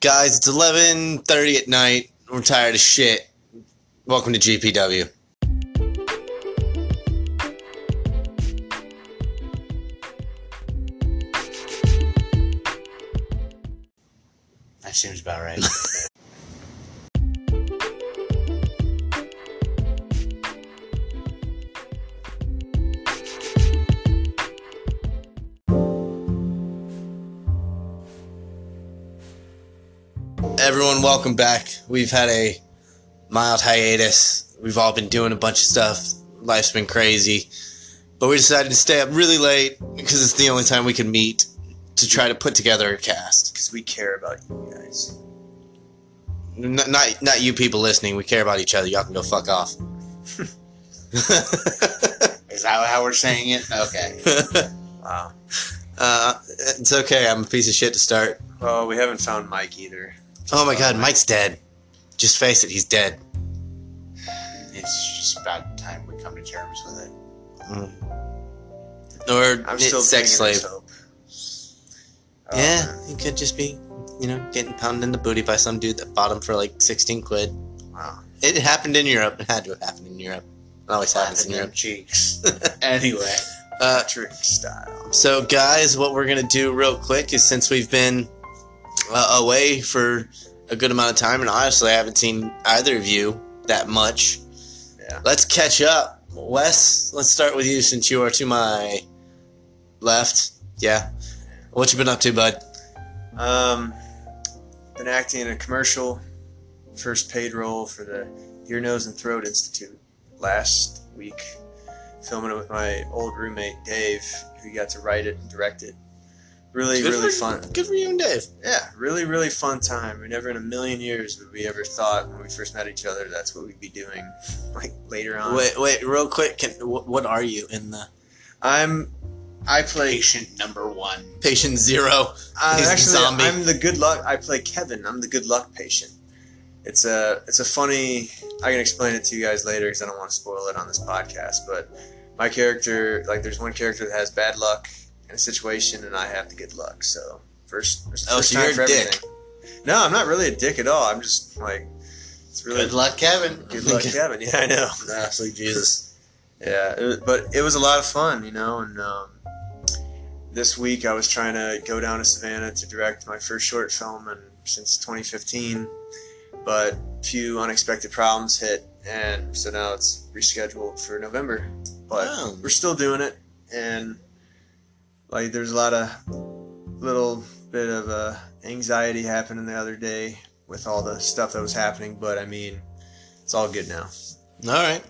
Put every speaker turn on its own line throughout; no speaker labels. guys, it's 11:30 at night. We're tired of shit. Welcome to GPW.
That seems about right.
Everyone, welcome back. We've had a mild hiatus. We've all been doing a bunch of stuff. Life's been crazy. But we decided to stay up really late because it's the only time we can meet to try to put together a cast.
Because we care about you guys.
N- not not you people listening. We care about each other. Y'all can go fuck off.
Is that how we're saying it? Okay. Wow.
uh, it's okay. I'm a piece of shit to start.
Well, we haven't found Mike either.
Oh my god, Mike's dead. Just face it, he's dead.
It's just about time we come to terms with it.
Mm. Or
I'm
it's
still
sex
clinging to
slave.
hope. Oh,
yeah,
man.
he could just be, you know, getting pounded in the booty by some dude that bought him for like 16 quid.
Wow.
It happened in Europe. It had to have happened in Europe. It always happens in
Slapping them
Europe.
cheeks. anyway,
Uh,
trick style.
so, guys, what we're going to do real quick is since we've been uh, away for a good amount of time, and honestly, I haven't seen either of you that much,
Yeah.
let's catch up. Wes, let's start with you since you are to my left. Yeah. What you been up to, bud?
Um, been acting in a commercial, first paid role for the Ear, Nose, and Throat Institute last week, filming it with my old roommate Dave, who got to write it and direct it. Really,
Good
really
for-
fun.
Good for you and Dave.
Yeah, really, really fun time. We never in a million years would we ever thought when we first met each other that's what we'd be doing. Like later on,
Wait, wait, real quick. Can, wh- what are you in the
I'm, I play.
patient number one.
patient zero?
I'm
He's a
Uh, actually,
zombie.
I'm the good luck. I play Kevin. I'm the good luck patient. It's a it's a funny. I can explain it to you guys later because I don't want to spoil it on this podcast. But my character, like, there's one character that has bad luck in a situation, and I have the good luck. So first, there's a
Oh,
first
so
time
you're
for
a dick.
everything. No, I'm not really a dick at all. I'm just like, it's really
Good luck, Kevin.
good luck, Kevin. Yeah, I know.
Ah, sweet Jesus.
Yeah, it, was- but it was a lot of fun, you know. And um, this week I was trying to go down to Savannah to direct my first short film and since 2015, but a few unexpected problems hit, and so now it's rescheduled for November. But
Oh.
we're still doing it, and like there's a lot of little bit of uh, anxiety happening the other day with all the stuff that was happening. But I mean, it's all good now.
All right.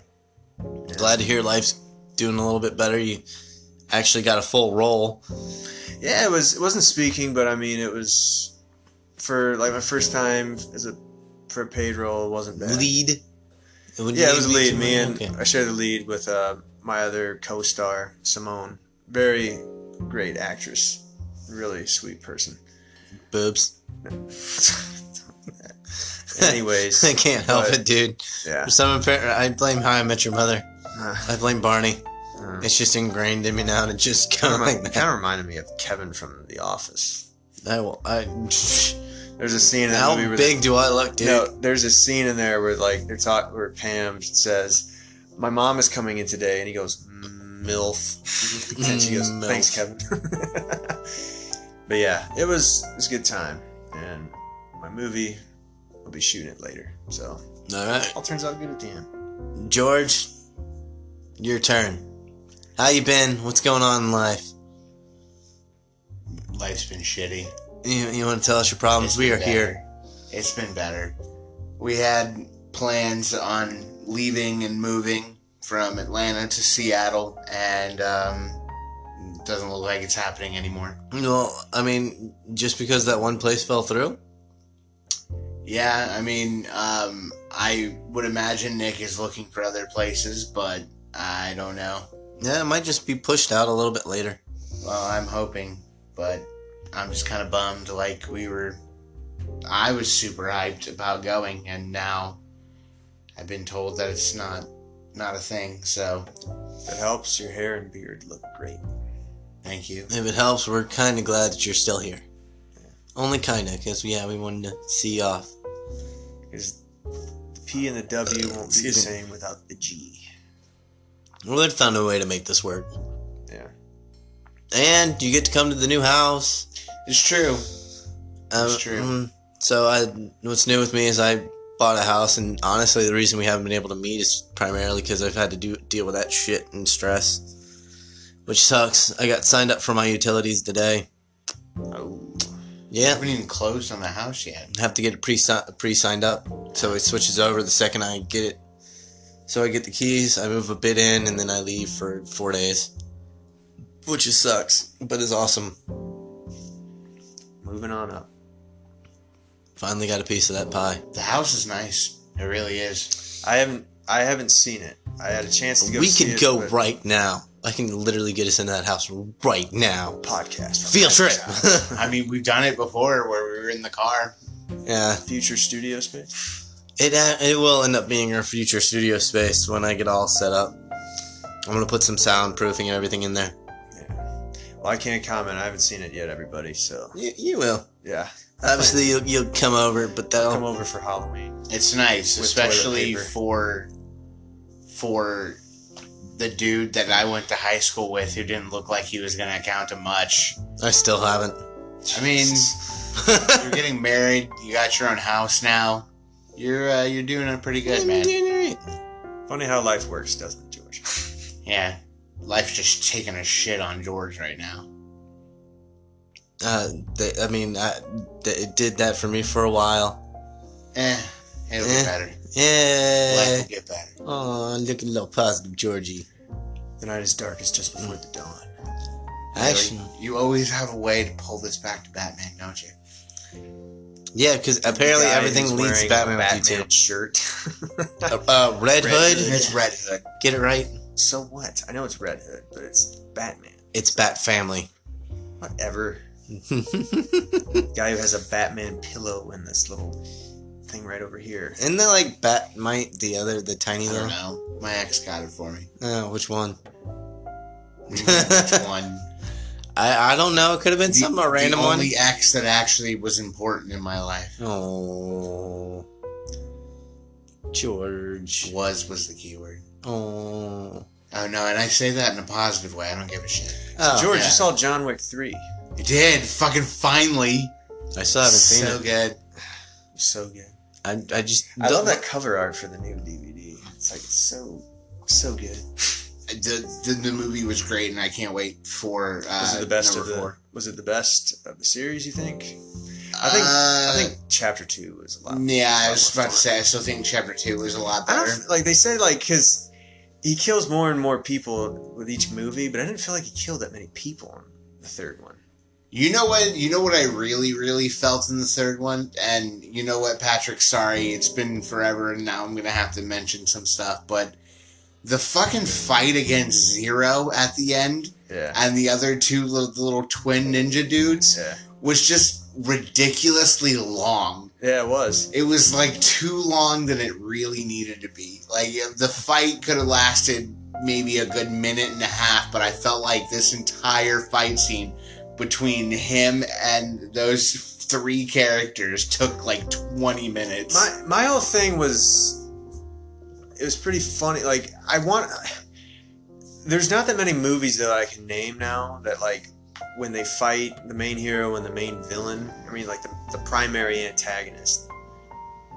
Glad to hear life's doing a little bit better. You actually got a full roll.
Yeah, it was. It wasn't speaking, but I mean, it was for like my first time as a for a paid role. It wasn't bad.
Lead. It would
Yeah, it was a lead.
to-
Me and
okay.
I shared the lead with uh, my other co-star Simone. Very great actress. Really sweet person.
boobs.
Anyways,
I can't help
But-
it, dude.
yeah.
For some apparent, I blame How I Met Your Mother.
Uh,
I blame Barney.
uh,
It's just ingrained in me now to just
kind
kind
of
of like that.
reminded me of Kevin from The Office.
I will. I,
There's a scene in that
how
movie where
big do I look, dude?
No, there's a scene in there where like they're talk where Pam says, "My mom is coming in today," and he goes, "Milf," and she goes,
Milf.
"Thanks, Kevin." but yeah, it was it was a good time, and my movie will be shooting it later, so
All right.
all turns out good at the end.
George, your turn. How you been? What's going on in life?
Life's been shitty.
You, you want to tell us your problems?
It's
We are
been better.
here.
It's been better. We had plans on leaving and moving from Atlanta to Seattle, and um, doesn't look like it's happening anymore.
Well, I mean, just because that one place fell through,
Yeah, I mean, um, I would imagine Nick is looking for other places, but I don't know.
yeah, it might just be pushed out a little bit later.
Well, I'm hoping, but I'm just kind of bummed. Like we were, I was super hyped about going, and now I've been told that it's not not a thing. So
If it helps, your hair and beard look great.
thank you.
If it helps, we're kind of glad that you're still here. Only kinda, cause yeah, we wanted to see you off.
Because the P and the W won't be the
Excuse me.
same without the G.
Well, they found a way to make this work.
Yeah.
And you get to come to the new house.
It's true.
Um,
That's true.
mm, So I, what's new with me is I bought a house, and honestly, the reason we haven't been able to meet is primarily because I've had to do deal with that shit and stress, which sucks. I got signed up for my utilities today.
Oh. I
Yeah,
haven't even closed on the house yet.
have to get it pre pre signed up, so it switches over the second I get it. So I get the keys, I move a bit in, and then I leave for four days, which is sucks, but is awesome.
Moving on up.
Finally got a piece of that pie.
The house is nice. It really is.
I haven't I haven't seen it. I had a chance to go.
we
see
could
it,
go
but-
right now. I can literally get us into that house right now.
podcast. uh,
Field trip.
I mean, we've done it before where we were in the car.
yeah,
Future studio space.
it uh, it will end up being our future studio space when I get all set up. I'm gonna put some soundproofing and everything in there.
Well, I can't comment. I haven't seen it yet, everybody. So
You, you will.
yeah,
Obviously, you'll, you'll come over, but
come
that'll
over for Halloween.
It's nice,
With
especially
toilet paper.
for for the dude that I went to high school with who didn't look like he was going to account to much.
I still haven't.
I mean, you're getting married, you got your own house now. You're uh, you're doing it pretty good, man.
Funny how life works, doesn't it, George?
Yeah. Life's just taking a shit on George right now.
Uh, they, I mean, I, they, it did that for me for a while.
Eh, it'll
Eh.
get better. Life
Yeah.
will get better.
Oh, look at little positive Georgie.
The night is darkest just before the dawn.
Actually,
You always have a way to pull this back to Batman, don't you?
yeah, because apparently
The guy
everything
who's
leads
wearing
to Batman,
a
with you
Batman
too.
shirt.
Uh, Red,
Red
Hood.
Hood.
It's Red Hood.
Get it right.
so what? I know it's Red Hood, but it's Batman.
It's Bat Family.
Whatever. Guy who has a Batman pillow and this little thing right over here.
Isn't that like Batmite, the other, the tiny
I
little?
don't know. My ex got it for me.
No, which one?
Which one?
I I don't know. It could have been some a random
the
one.
only ex that actually was important in my life
Oh, George.
was was the keyword.
Oh.
Oh no, and I say that in a positive way. I don't give a shit.
Oh,
George,
yeah.
you saw John Wick 3.
It did fucking finally.
I still haven't seen
so
it.
good.
So good.
I, I just
I love that cover art for the new DVD. It's like it's so so good.
The, the the movie was great, and I can't wait for. Uh,
Was it the best of
number
the
four.
Was it the best of the series? You think?
I
think-
Uh,
I think Chapter Two was a lot.
Yeah, I
lot
was
more
about to
fun.
say. I still think chapter two was a lot
I
better.
don't like they say like because he kills more and more people with each movie, but I didn't feel like he killed that many people in the third one.
You know what? You know what I really, really felt in the third one, and you know what, Patrick? Sorry, it's been forever, and now I'm gonna have to mention some stuff. But the fucking fight against Zero at the end,
Yeah.
and the other two little, the little twin ninja dudes,
Yeah.
was just ridiculously long.
Yeah, it was.
It was like too long than it really needed to be. Like the fight could have lasted maybe a good minute and a half, but I felt like this entire fight scene between him and those three characters took like 20 minutes.
My my whole thing was it was pretty funny. Like I want there's not that many movies that I can name now that like when they fight the main hero and the main villain, I mean like the, the primary antagonist,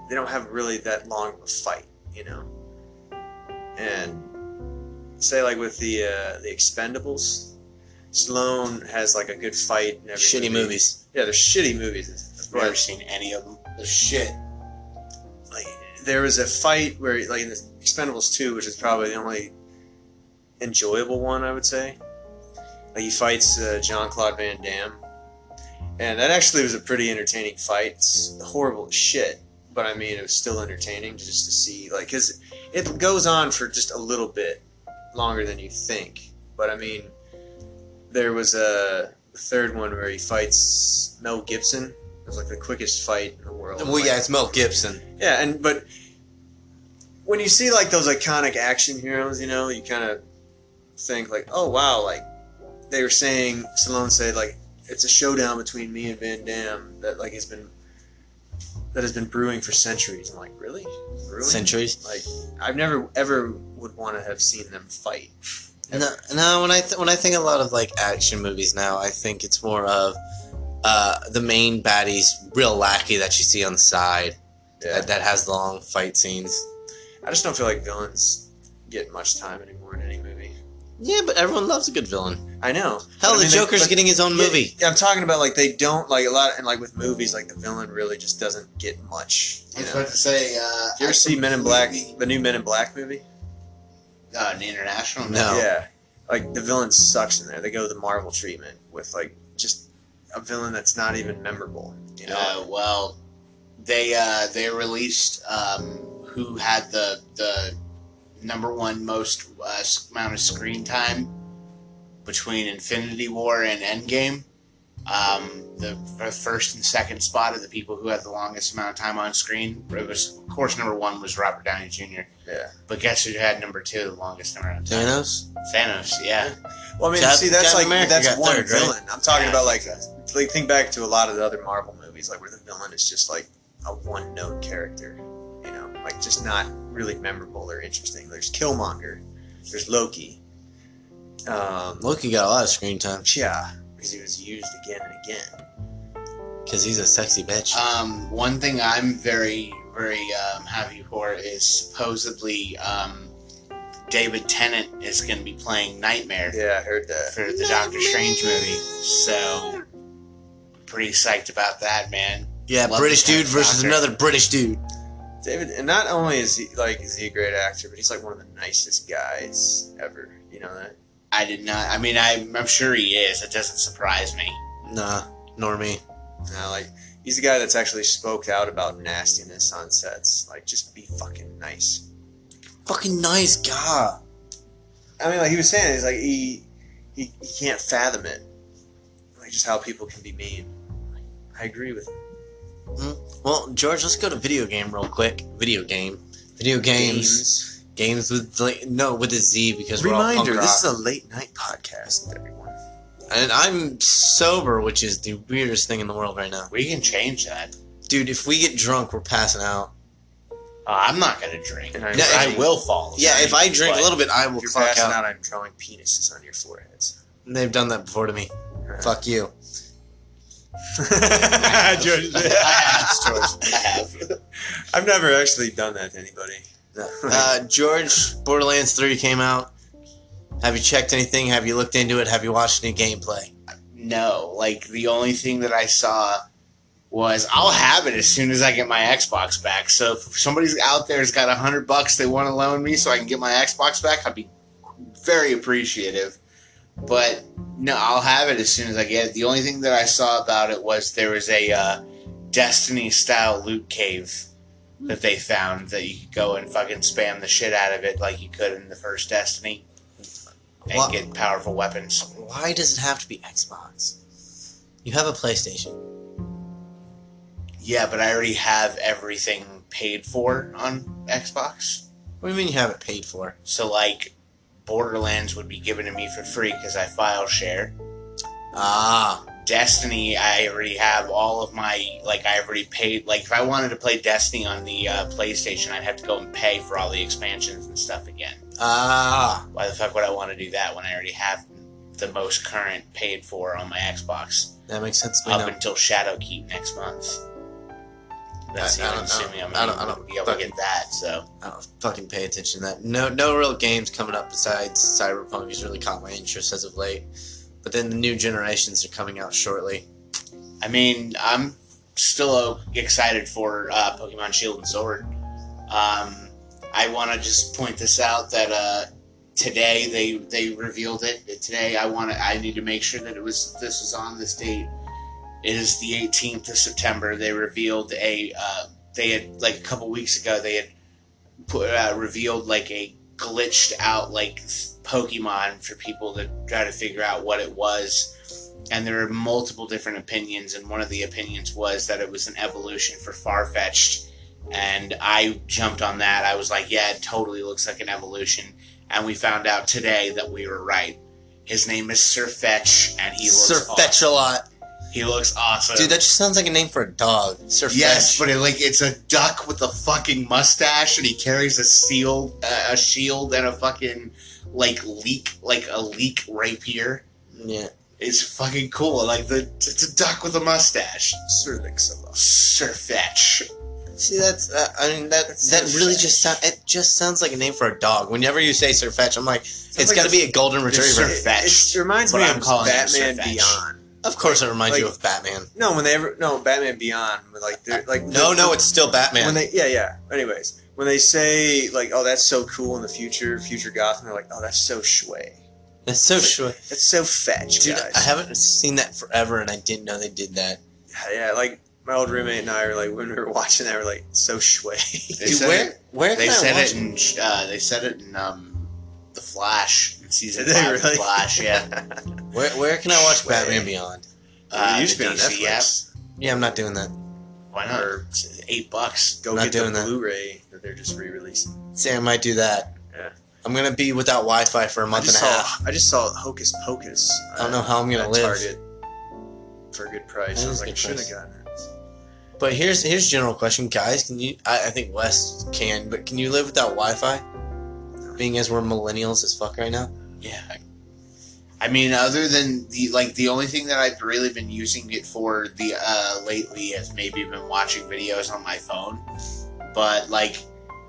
they don't have really that long of a fight, you know. And say like with the uh, the Expendables, Stallone has like a good fight in every
shitty
movie.
movies.
Yeah, they're shitty movies.
I've never seen any of them. They're shit.
like there was a fight where like in the Expendables 2, which is probably the only enjoyable one I would say. Like he fights uh, John Claude Van Damme, and that actually was a pretty entertaining fight. It's horrible as shit, but I mean it was still entertaining just to see like because it goes on for just a little bit longer than you think. But I mean, there was a the third one where he fights Mel Gibson. It was like the quickest fight in the world.
Well,
Like,
yeah, it's Mel Gibson.
yeah, and but when you see like those iconic action heroes, you know, you kind of think like, oh wow, like they were saying Stallone said like it's a showdown between me and Van Damme that like has been that has been brewing for centuries. I'm like, really? Brewing?
Centuries.
Like, I've never ever would want to have seen them fight.
No, no. When I th- when I think a lot of like action movies now, I think it's more of uh, the main baddies real lackey that you see on the side that, that has long fight scenes.
I just don't feel like villains get much time anymore in any movie.
Yeah, but everyone loves a good villain.
I know.
Hell,
I mean,
the
they-
Joker's
but-
getting his own
Yeah,
movie.
yeah, I'm talking about like they don't like a lot, and like with movies, like the villain really just doesn't get much.
I
You
was
know?
about to say. Uh,
You ever
I
see Men in Black,
completely-
the new Men in Black movie?
Uh, an international.
No.
Yeah, like the villain sucks in there. They go the Marvel treatment with like just a villain that's not even memorable. You know,
Uh, well, they uh, they released um, who had the the number one most uh, s- amount of screen time between Infinity War and Endgame. Um, the f- first and second spot of the people who had the longest amount of time on screen. It was, of course, number one was Robert Downey Jr.
yeah.
But guess who had number two the longest amount of time?
Thanos.
Thanos. Yeah.
Well, I mean,
Cap-
see, that's
Captain
like
America
that's
got
one
third, right?
villain. I'm talking
Yeah,
about
I
like
think so.
like think back to a lot of the other Marvel movies, like where the villain is just like a one note character. You know, like just not really memorable or interesting. There's Killmonger. There's Loki. Um,
Loki got a lot of screen time
yeah, because he was used again and again.
because he's a sexy bitch.
Uh,
Um, one thing I'm very, very um, happy for is supposedly um, David Tennant is going to be playing Nightmare
Yeah, I heard that.
for the Doctor Strange movie. So, pretty psyched about that, man.
yeah,
love
British
the
dude versus
Doctor.
another British dude.
David, and not only is he like is he a great actor, but he's like one of the nicest guys ever. You know that?
I did not. I mean, I'm, I'm sure he is. It doesn't surprise me.
Nah, nor me.
Now, like he's the guy that's actually spoke out about nastiness on sets. Like, just be fucking nice.
Fucking nice guy.
I mean, like he was saying, he's like he he, he can't fathom it, like just how people can be mean. I agree with him.
Well, George, let's go to video game real quick. Video game. Video games. Games, with like no with a Z because we're all punk
Reminder:
rock.
This is a late night podcast, everyone.
and I'm sober, which is the weirdest thing in the world right now.
We can change that.
Dude, if we get drunk, we're passing out.
Uh, I'm not going to drink.
And I'm
No,
yeah,
I
if-
will fall. asleep,
Yeah, if I drink
but
a little bit, I will
If you're
clock
passing
out.
out. I'm drawing penises on your foreheads.
They've done that before to me. Fuck you.
George-
I have, George. I have.
I've never actually done that to anybody.
Uh, George, Borderlands 3 came out. Have you checked anything? Have you looked into it? Have you watched any gameplay?
No, like the only thing that I saw was I'll have it as soon as I get my Xbox back. So if somebody's out there's got a hundred bucks they want to loan me so I can get my Xbox back, I'd be very appreciative. But no, I'll have it as soon as I get it. The only thing that I saw about it was there was a uh, Destiny style loot cave that they found that you could go and fucking spam the shit out of it like you could in the first Destiny and
Wha-
get powerful weapons.
Why does it have to be Xbox? You have a PlayStation.
Yeah, but I already have everything paid for on Xbox.
What do you mean you have it paid for?
So like Borderlands would be given to me for free because I file share.
Ah,
Destiny, I already have all of my like I already paid like if I wanted to play Destiny on the uh, PlayStation, I'd have to go and pay for all the expansions and stuff again.
ah.
Why the fuck would I want to do that when I already have the most current paid for on my Xbox
That makes sense to me
up
now.
until Shadowkeep next month? That's
I- I don't
even
know.
assuming I'm
I don't- I
gonna
don't
be able to
fucking-
get that. So
I don't fucking pay attention to that. No, no real games coming up besides Cyberpunk has really caught my interest as of late. But then the new generations are coming out shortly.
I mean, I'm still uh, excited for uh, Pokemon Shield and Sword. Um, I want to just point this out that uh, today they they revealed it. That Today, I want to. I need to make sure that it was this is on this date. It is the 18th of September. They revealed a. Uh, they had like a couple weeks ago. They had put uh, revealed like a glitched out like Pokemon for people to try to figure out what it was and there were multiple different opinions and one of the opinions was that it was an evolution for far-fetched and i jumped on that i was like yeah it totally looks like an evolution and we found out today that we were right his name is sir fetch and he looks
Sir
awesome.
Fetch a lot.
He looks awesome.
Dude, that just sounds like a name for a dog. Sir
Yes,
Fetch.
but it, like it's a duck with a fucking mustache, and he carries a seal, uh, a shield, and a fucking like leek, like a leek rapier.
yeah.
It's fucking cool. Like the it's a duck with a mustache.
Sir uh, Lixala.
Sir Fetch.
See, that's uh, I mean that
Sir
that really
Fetch.
just sound, it just sounds like a name for a dog. Whenever you say Sir Fetch, I'm like, it's
like
got to be
a-
a golden
Sir
retriever.
It,
Fetch.
it's- it reminds
But
me
I'm
of
calling him Sir
Batman
Fetch.
Beyond.
Of course, it reminds you
like-
of Batman.
No, when they ever no Batman Beyond, but like they're like
No,
the-
no, it's still Batman.
when they yeah yeah. Anyways, when they say like oh that's so cool in the future, future Gotham, they're like oh that's so shway,
That's so sure.
that's so fetch,
Dude,
guys.
I haven't seen that forever, and I didn't know they did that.
yeah, like my old roommate and I were like when we were watching that, we're like so shway.
They
Dude,
said
where
it-
where
they
can I
said
watch
it in uh, they said it in um, the Flash in season
Did they
five. of The
really?
Flash, yeah.
Where where can I watch
Shway.
Batman Beyond?
Uh,
it used to
the
be on
DC
Netflix.
Yeah, I'm not doing that.
Why not?
Or
It's eight bucks.
go
Not
get the
doing that.
Blu-ray that they're just re-releasing.
See, I might do that.
Yeah.
I'm gonna be without Wi-Fi for a
I
month and
just
a
saw
half.
I just saw Hocus Pocus.
I don't know how I'm gonna
at
live.
Target for a good price.
That
I
is
was
a
like
good
should have
price.
gotten it.
But here's here's a general question, guys. Can you? I, I think Wes can, but can you live without Wi-Fi? Being as we're millennials as fuck right now.
Yeah. I mean, other than the like, the only thing that I've really been using it for the uh, lately has maybe been watching videos on my phone, but like,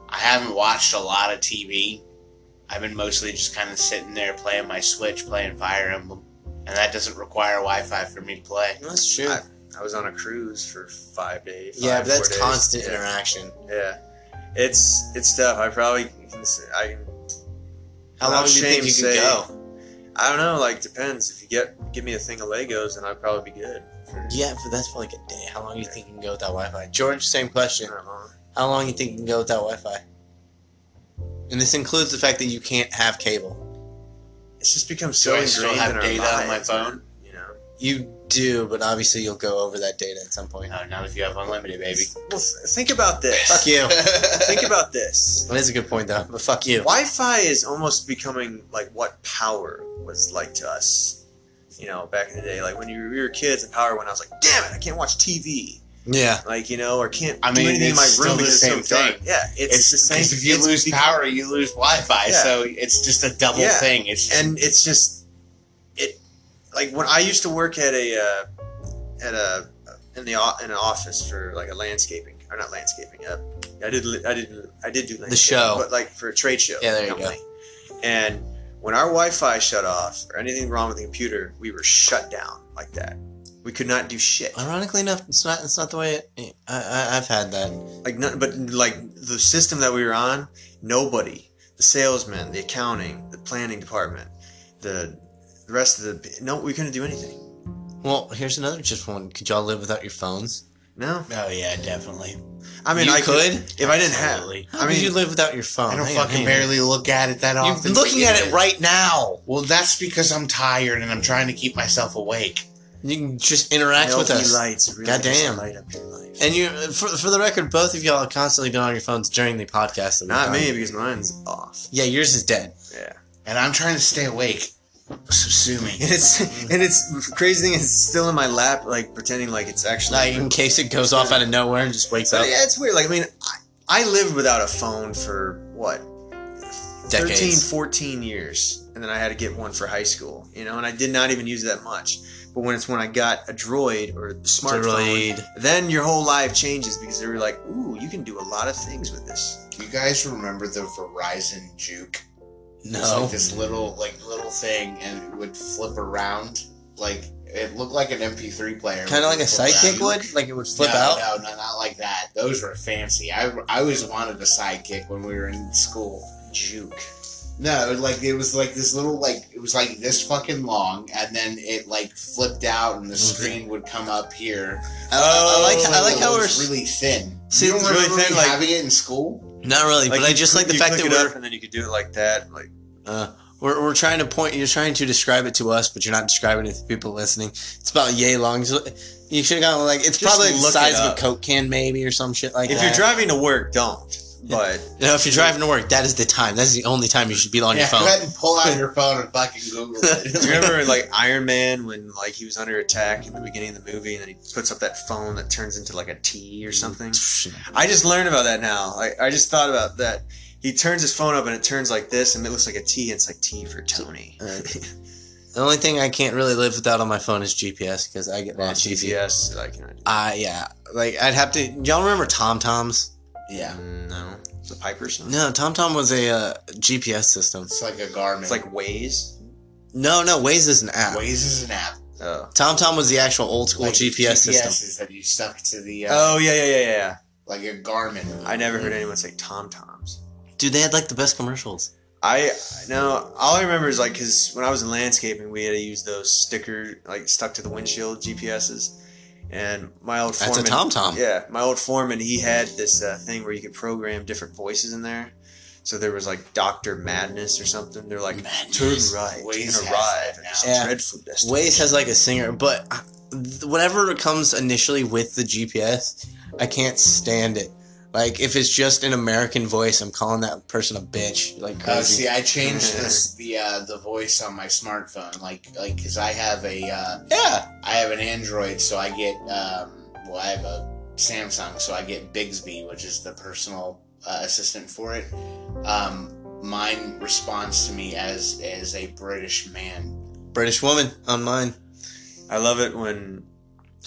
I haven't watched a lot of TV. I've been mostly just kind of sitting there playing my Switch, playing Fire Emblem, and that doesn't require Wi-Fi for me to play.
That's true.
I- I was on a cruise for five days.
yeah,
five,
but that's
four days.
constant
Yeah.
interaction.
Yeah, it's it's tough. I probably can. s- I can.
How
Without
long do you
shame,
think you can
say-
go?
I don't know. Like depends. If you get give me a thing of Legos, and I'd probably be good. For
Yeah, but that's for like a day. How long do you think you can go without Wi-Fi? George, same question.
not long.
How long you think you can go without Wi-Fi? And this includes the fact that you can't have cable.
It's just become
So
so
I
ingrained
still
in
have
our
data on my
lives,
phone.
You know.
You do, but obviously you'll go over that data at some point.
No, not if you have unlimited, baby.
Well, th- think about this.
Fuck you.
think about this.
That is a good point though. But fuck you.
Wi-Fi is almost becoming like what power was like to us. You know, back in the day, like when you, we were kids and power went, I was like, "Damn it, I can't watch TV."
Yeah.
Like you know, or can't
I mean,
do anything in my room
it's still the
because
same
it's so dark.
thing.
Yeah, it's,
It's,
the same.
because if you
it's
lose
become-
power, you lose Wi-Fi.
Yeah.
So it's just a double
Yeah.
thing. It's just,
and it's just it like when I used to work at a uh, at a uh, in the o- in an office for like a landscaping or not landscaping uh, I did li- I did I did do landscaping,
show.
but like for a trade show
Yeah, there you go.
and when our Wi-Fi shut off or anything wrong with the computer we were shut down like that we could not do shit
Ironically enough, it's not. It's not the way it, I, I, I've had that.
like nothing but like the system that we were on nobody the salesman the accounting the planning department the the rest of the no we couldn't do anything
Well, here's another just one. Could y'all live without your phones?
no
oh yeah, definitely.
I mean,
You
I
could?
if I didn't have.
Absolutely.
How
I
could
mean,
you live without your phone?
I don't
Hang on,
fucking
hang on.
barely look at it that often.
You're looking at it
Anyway.
right now.
Well, that's because I'm tired and I'm trying to keep myself awake.
You can just interact
LED
with us.
lights really
Goddamn.
just light up your life.
And you, for, for the record, both of y'all have constantly been on your phones during the podcast. that we've
Not
done.
me because mine's off.
Yeah, yours is dead.
Yeah,
And I'm trying to stay awake. Subsue me.
and it's and it's crazy thing is it's still in my lap, like pretending like it's actually.
Like in case it goes off out of nowhere and just wakes
So,
up.
yeah, it's weird. Like I mean, I, I lived without a phone for what
Decades.
13, 14 years, and then I had to get one for high school. You know, and I did not even use it that much. But when it's when I got a Droid or a smartphone,
Droid.
then your whole life changes because they were like, "Ooh, you can do a lot of things with this."
Do you guys remember the Verizon Juke? It's
No.
like this little, like little thing, and it would flip around. Like it looked like an MP3 player.
Kind of like a
Flip
sidekick
around.
would? Like it would flip
no,
out?
No, no, not like that. Those were fancy. I, I always wanted a sidekick when we were in school.
Juke.
No, it was like it was like this little like it was like this fucking long, and then it like flipped out, and the screen would come up here.
Oh. I like- I like how
It
we're
was
s-
really thin.
See,
you don't
it's really
remember me
thin, like-
having it in school.
Not really, Oh. but I
you
just
click-
like the
you
fact that
click it up
we're,
and then you could do it like that. Like
uh, we're we're trying to point. You're trying to describe it to us, but you're not describing it to people listening. It's about yay long. So you should have gone like it's
Just
probably the
look it
size of a
up.
coke can, maybe or some shit like
if
that.
you're driving to work, don't. But
You know, if you're driving to work, that is the time. That's the only time you should be on
yeah,
your phone.
Go ahead and pull out your phone and fucking Google it.
do you remember like Iron Man when like he was under attack in the beginning of the movie and then he puts up that phone that turns into like a T
Mm.
or something? I just learned about that now. I, I just thought about that. He turns his phone up and it turns like this and it looks like a T. And it's like T for Tony.
Uh, the only thing I can't really live without on my phone is GPS because I get lost easy.
GPS. Like, you know,
Uh, yeah. Like, I'd have to. Y'all remember Tom Toms?
yeah.
mm, No. It's a Piper song.
No, Tom Tom was a uh, GPS system.
It's like a Garmin.
It's like Waze.
No, no, Waze is an app.
Waze is an app.
Oh.
Tom Tom was the actual old school
Like
GPS, system.
is that you stuck to the uh,
Oh yeah, yeah, yeah, yeah.
like a Garmin.
I never
Mm.
heard anyone say Tom Toms.
Dude, they had like the best commercials.
I no. All I remember is like because when I was in landscaping, we had to use those sticker like stuck to the windshield GPSs, and my old
That's
foreman,
a Tom Tom.
Yeah, my old foreman, he had this uh, thing where you could program different voices in there. So there was like Doctor Madness or something. They're like turn right
Waze
and
has
arrive at
that
this
now. Yeah.
dreadful destination.
Waze has like a singer, but uh, th- whatever comes initially with the GPS, I can't stand it. Like if it's just an American voice, I'm calling that person a bitch. Like
Oh,
crazy.
see, I changed this the uh, the voice on my smartphone, like like because I have a uh,
yeah,
I have an Android, so I get um, well, I have a Samsung, so I get Bixby, which is the personal uh, assistant for it. Um, mine responds to me as as a British man.
British woman on mine.
I love it when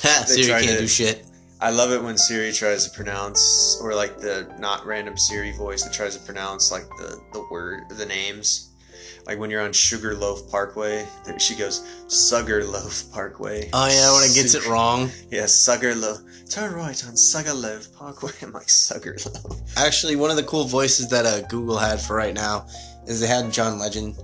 Ha,
They
Siri
tried
can't
to-
do shit.
I love it when Siri tries to pronounce, or like the not random Siri voice that tries to pronounce like the the word, the names. Like when you're on Sugarloaf Parkway, there she goes Sugarloaf Parkway.
Oh yeah, when it gets it
Sugar-
wrong.
Yeah, Sugarloaf. Turn right on Sugarloaf Parkway. I'm like Sugarloaf.
Actually, one of the cool voices that uh, Google had for right now is they had John Legend.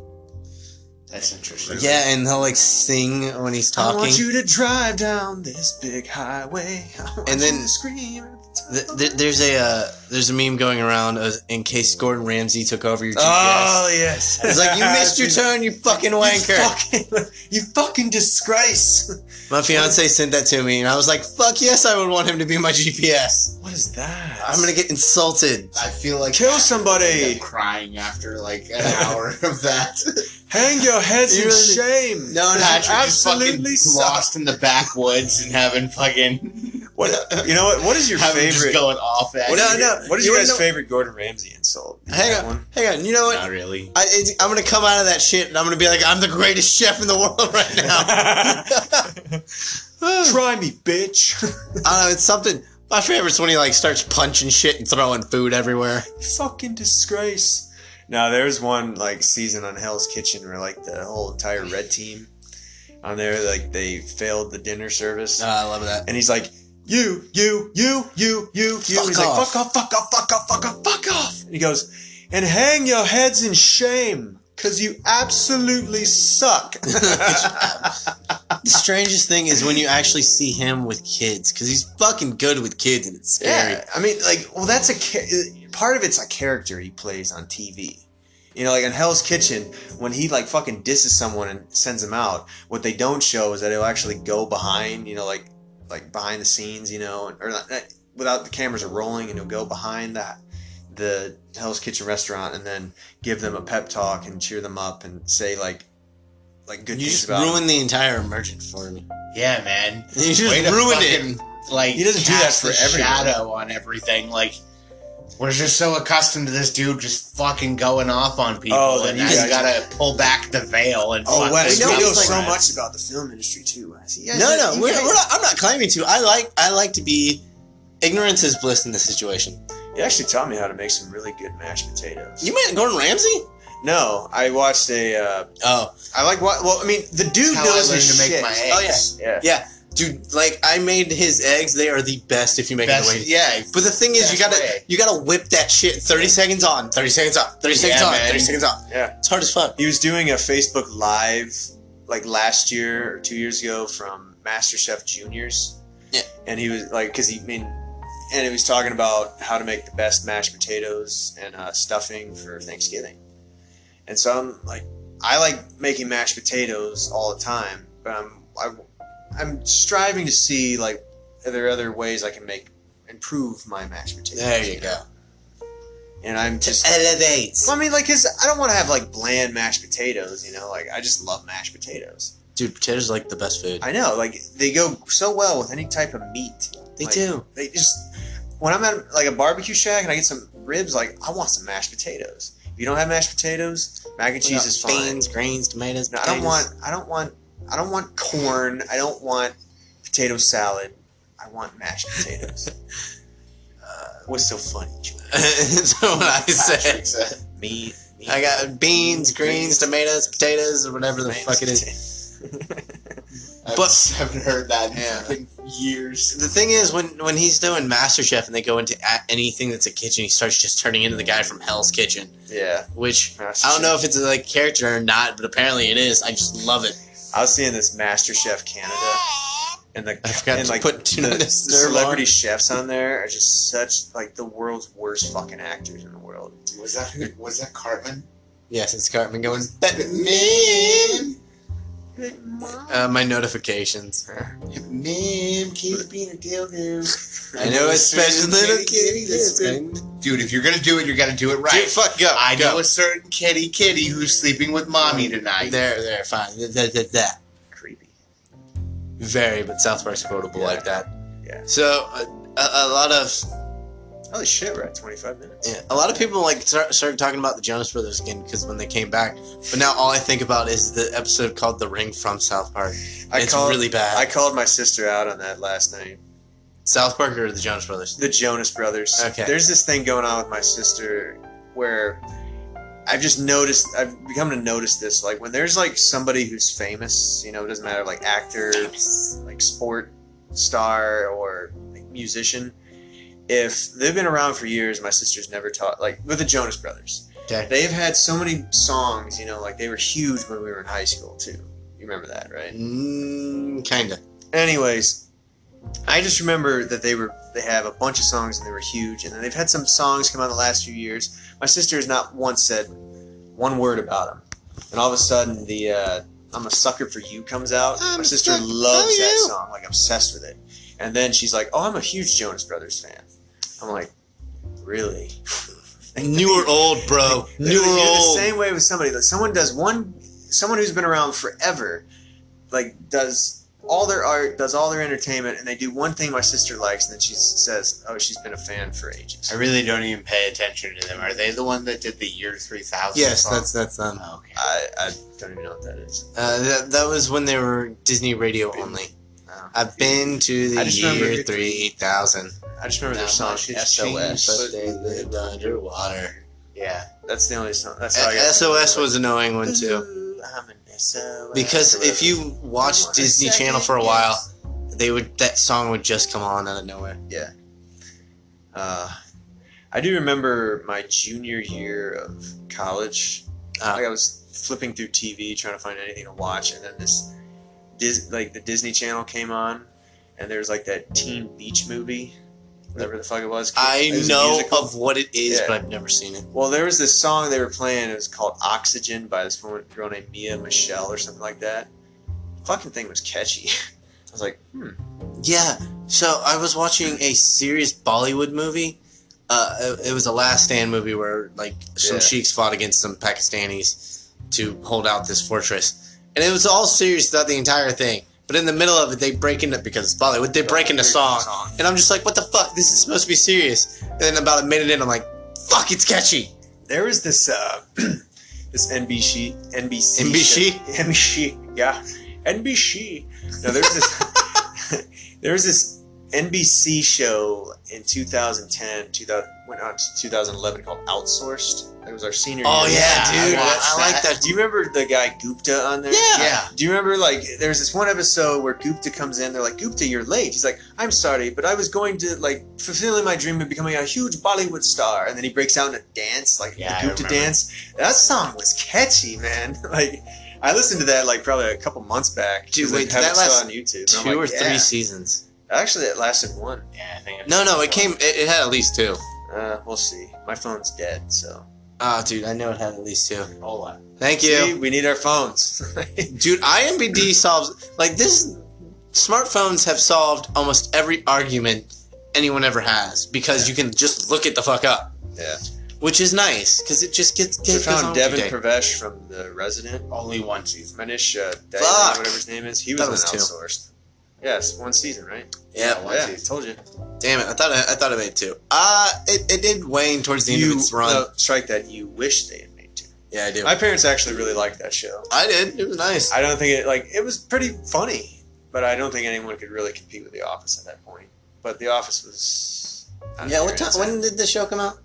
That's interesting.
Yeah, and he'll like sing when he's
I
talking.
want you to drive down this big highway. I want
And
you
then-
to scream. at the top
Th-
of
th- there's a uh, there's a meme going around uh, in case Gordon Ramsay took over your GPS.
Oh yes.
It's like you missed your turn, you fucking wanker.
You fucking, you fucking disgrace.
My fiance sent that to me, and I was like, "Fuck yes, I would want him to be my GPS."
What is that?
I'm gonna get insulted.
I feel like
Kill somebody!
I'm crying after like an hour of that.
hang your heads
You
in
really-
shame.
No, no,
That
Patrick is
absolutely
fucking
sucks.
lost in the backwoods and having fucking
What? You know what? What is your
having just
favorite?
going off at
Well, no,
you.
no.
What is
You
your
wanna
guys'
know-
favorite Gordon Ramsay insult? You
Hang
got
on.
one?
Hang on, you know what?
Not really.
I, it's, I'm gonna come out of that shit, and I'm gonna be like, "I'm the greatest chef in the world right now." I
Try me, bitch.
don't know, it's something. My favorite's when he like starts punching shit and throwing food everywhere.
Fucking disgrace. Now there's one like season on Hell's Kitchen where like the whole entire red team on there like they failed the dinner service.
I love that.
and he's like, you, you, you, you, you, you.
Fuck
he's
off.
like, fuck off, fuck off, fuck off, fuck off, fuck off. And he goes, and hang your heads in shame, cause you absolutely suck.
The strangest thing is when you actually see him with kids, because he's fucking good with kids, and it's scary.
yeah, I mean, like, well, that's a cha- part of it's a character he plays on TV. You know, like on Hell's Kitchen, when he like fucking disses someone and sends them out, what they don't show is that he'll actually go behind, you know, like like behind the scenes, you know, and, or not, not- without the cameras are rolling, and he'll go behind that the Hell's Kitchen restaurant and then give them a pep talk and cheer them up and say like like good
You
things
just
about. them.
ruined the entire emergent for me.
Yeah, man.
You just
Way to
ruined it.
fucking, Like
He doesn't do that
cast
for
the
everyone.
shadow on everything. Like we're just so accustomed to this dude just fucking going off on people,
Oh, then
and
you
I just
guys-
gotta pull back the veil and.
Oh,
fuck
Wes,
this
we
know
guy
know
up.
so much about the film industry too, Wes. You guys-
No, no,
you
we're,
guys-
we're not, I'm not claiming to. I like I like to be. Ignorance is bliss in this situation.
He actually taught me how to make some really good mashed potatoes.
You met Gordon Ramsay?
no, I watched a. Uh,
Oh,
I like what? Well, I mean, the dude
How I
knows
learned
his
to make
shit.
my eggs.
Oh,
yeah.
dude, like I made his eggs. They are the best if you make
Best-
it away.
yeah,
But the thing is, you
best
gotta
way.
you gotta whip that shit. Thirty seconds on, thirty seconds off, thirty seconds
Yeah,
on,
man.
thirty seconds off.
Yeah.
it's hard as fuck.
He was doing a Facebook Live like last year or two years ago from MasterChef Juniors.
Yeah.
And he was like, because he I mean, and he was talking about how to make the best mashed potatoes and uh, stuffing for Thanksgiving. And so I'm like, I like making mashed potatoes all the time, but I'm I, I'm striving to see like are there other ways I can make improve my mashed potatoes.
There you go.
and I'm just.
Elevates.
Well, I mean, like, his. I don't want to have like bland mashed potatoes. You know, like I just love mashed potatoes.
Dude, potatoes are like the best food.
I know, like they go so well with any type of meat.
they
like,
do.
They just when I'm at like a barbecue shack and I get some ribs, like I want some mashed potatoes. If you don't have mashed potatoes, mac and cheese is fine.
Beans, grains, tomatoes.
No, I don't
potatoes.
want. I don't want. I don't want corn. I don't want potato salad. I want mashed potatoes. What's so funny? Julian?
That's what I said.
Patrick said.
Me. me
I got beans, greens, tomatoes, potatoes, or whatever the
mashed
fuck it is.
potato.
I
But-
just haven't heard that in
Yeah.
fucking years.
The thing is, when when he's doing MasterChef and they go into a- anything that's a kitchen, he starts just turning into the guy from Hell's Kitchen,
yeah.
which
Master
I don't know if it's like character or not, but apparently it is. I just love it.
I was seeing this Master Chef Canada, and the
I forgot
and
to
like
put do
the,
not
the
disturb
celebrity
on.
chefs on there are just such like the world's worst fucking actors in the world.
Was that who? Was that Cartman?
Yes, it's Cartman going.
Mim,
Uh, my notifications.
Mim, keep being a dildo.
I know a special little kitty that's
Dude, if you're gonna do it, you gotta do it
Dude,
right.
fuck, go.
I
go.
know a certain kitty kitty who's sleeping with mommy tonight.
There, there, fine. That, that, that, that.
Creepy.
Very, but South Park's quotable
Yeah.
like that.
Yeah.
So uh, a, a lot of
Holy shit, we're at 25 minutes.
yeah, a lot of people like start, started talking about the Jonas Brothers again because when they came back, but now all I think about is the episode called "The Ring" from South Park.
I
it's
called,
really bad.
I called my sister out on that last night.
South Park or the Jonas Brothers?
The Jonas Brothers.
Okay.
There's this thing going on with my sister where I've just noticed, I've become to notice this. Like when there's like somebody who's famous, you know, it doesn't matter, like actor, like sport star or like, musician. If they've been around for years, my sister's never taught. Like with the Jonas Brothers,
Okay.
they've had so many songs. You know, like they were huge when we were in high school too. You remember that, right?
Mm, kinda.
anyways i just remember that they were they have a bunch of songs and they were huge and then they've had some songs come out in the last few years my sister has not once said one word about them and all of a sudden the uh, i'm a sucker for you comes out
I'm
my
a
sister
sucker for
loves that
you.
song like obsessed with it and then she's like oh i'm a huge jonas brothers fan i'm like really
New or old, bro.
Dude,
New or
you're
old.
the same way with somebody. Like someone does one, someone who's been around forever, like does all their art, does all their entertainment, and they do one thing my sister likes, and then she says, "Oh, she's been a fan for ages."
I really don't even pay attention to them. Are they the one that did the year 3000?
Yes,
song?
that's that's them.
Oh, okay.
I, I don't even know what that is.
Uh, that, that was when they were Disney Radio only. Uh,
No.
I've been to the
I just remember-
year three thousand.
I just remember their
Not
song
much has
SOS.
changed,
But they lived underwater.
Yeah.
That's the only song. That's how I got
SOS was an annoying one too.
Ooh, I'm an SOS.
Because if you watched
One
Disney
second,
Channel for a while,
yes.
they would that song would just come on out of nowhere.
uh, I do remember my junior year of college.
Uh,
like I was flipping through TV trying to find anything to watch, and then this, Dis- like the Disney Channel came on, and there was like that Teen Beach movie, whatever the fuck it was. It
I
was a
know
musical.
of what it is,
Yeah.
but I've never seen it.
Well, there was this song they were playing. It was called "Oxygen" by this woman, girl named Mia Michelle or something like that. fucking thing was catchy. I was like, hmm.
Yeah. So I was watching a serious Bollywood movie. Uh, it, it was a Last Stand movie where like some
Yeah.
sheiks fought against some Pakistanis to hold out this fortress, and it was all serious throughout the entire thing. But in the middle of it, they break into because it's Bollywood. They break into song, and I'm just like, "What the fuck? This is supposed to be serious." And then about a minute in, I'm like, "Fuck, it's catchy."
There was this uh, this NBC NBC
NBC?
show- NBC yeah NBC. No, there was this there was this NBC show in 2010 2000, went on to 2011 called Outsourced. It was our senior.
Oh
year.
yeah,
I
dude, I,
watched
I like that.
Do you remember the guy Gupta on there?
Yeah.
Yeah.
Do you remember like there's this one episode where Gupta comes in, they're like, Gupta, you're late. He's like, I'm sorry, but I was going to like fulfilling my dream of becoming a huge Bollywood star. And then he breaks out in a dance, like
Yeah, I
the Gupta
remember.
dance. That song was catchy, man. like I listened to that like probably a couple months back.
Dude,
'cause
wait,
I
did
have
that
it still
last
on YouTube.
Two
And I'm
or
like,
three
"Yeah."
seasons.
Actually it lasted one.
Yeah, I think it
No,
was
no,
the
it came. It, it had at least two.
Uh, we'll see. My phone's dead, so
Ah, dude, I know it had at least two.
one. Hola.
Thank you.
See, we need our phones.
Dude, IMBD solves like this. Smartphones have solved almost every argument anyone ever has because you can just look it the fuck up.
yeah.
which is nice because it just gets
We
gets goes on
found
with your
Devin
day.
Pravesh from The Resident.
Only one season.
Manish uh, Daily,
Fuck.
whatever his name is. He was,
That
on
was two.
outsourced. Yes, one season, right?
yeah,
One
yeah,
season.
told you.
damn it! I thought I, I thought I made two. Uh it, it did wane towards the end of its run.
no, strike that. You wish they had made two.
yeah, I do.
My
I,
parents actually really liked that show.
did. It was nice.
I don't think it like it was pretty funny, but I don't think anyone could really compete with The Office at that point. But The Office was I don't
yeah,
know,
what time?
it's
When did the show come out?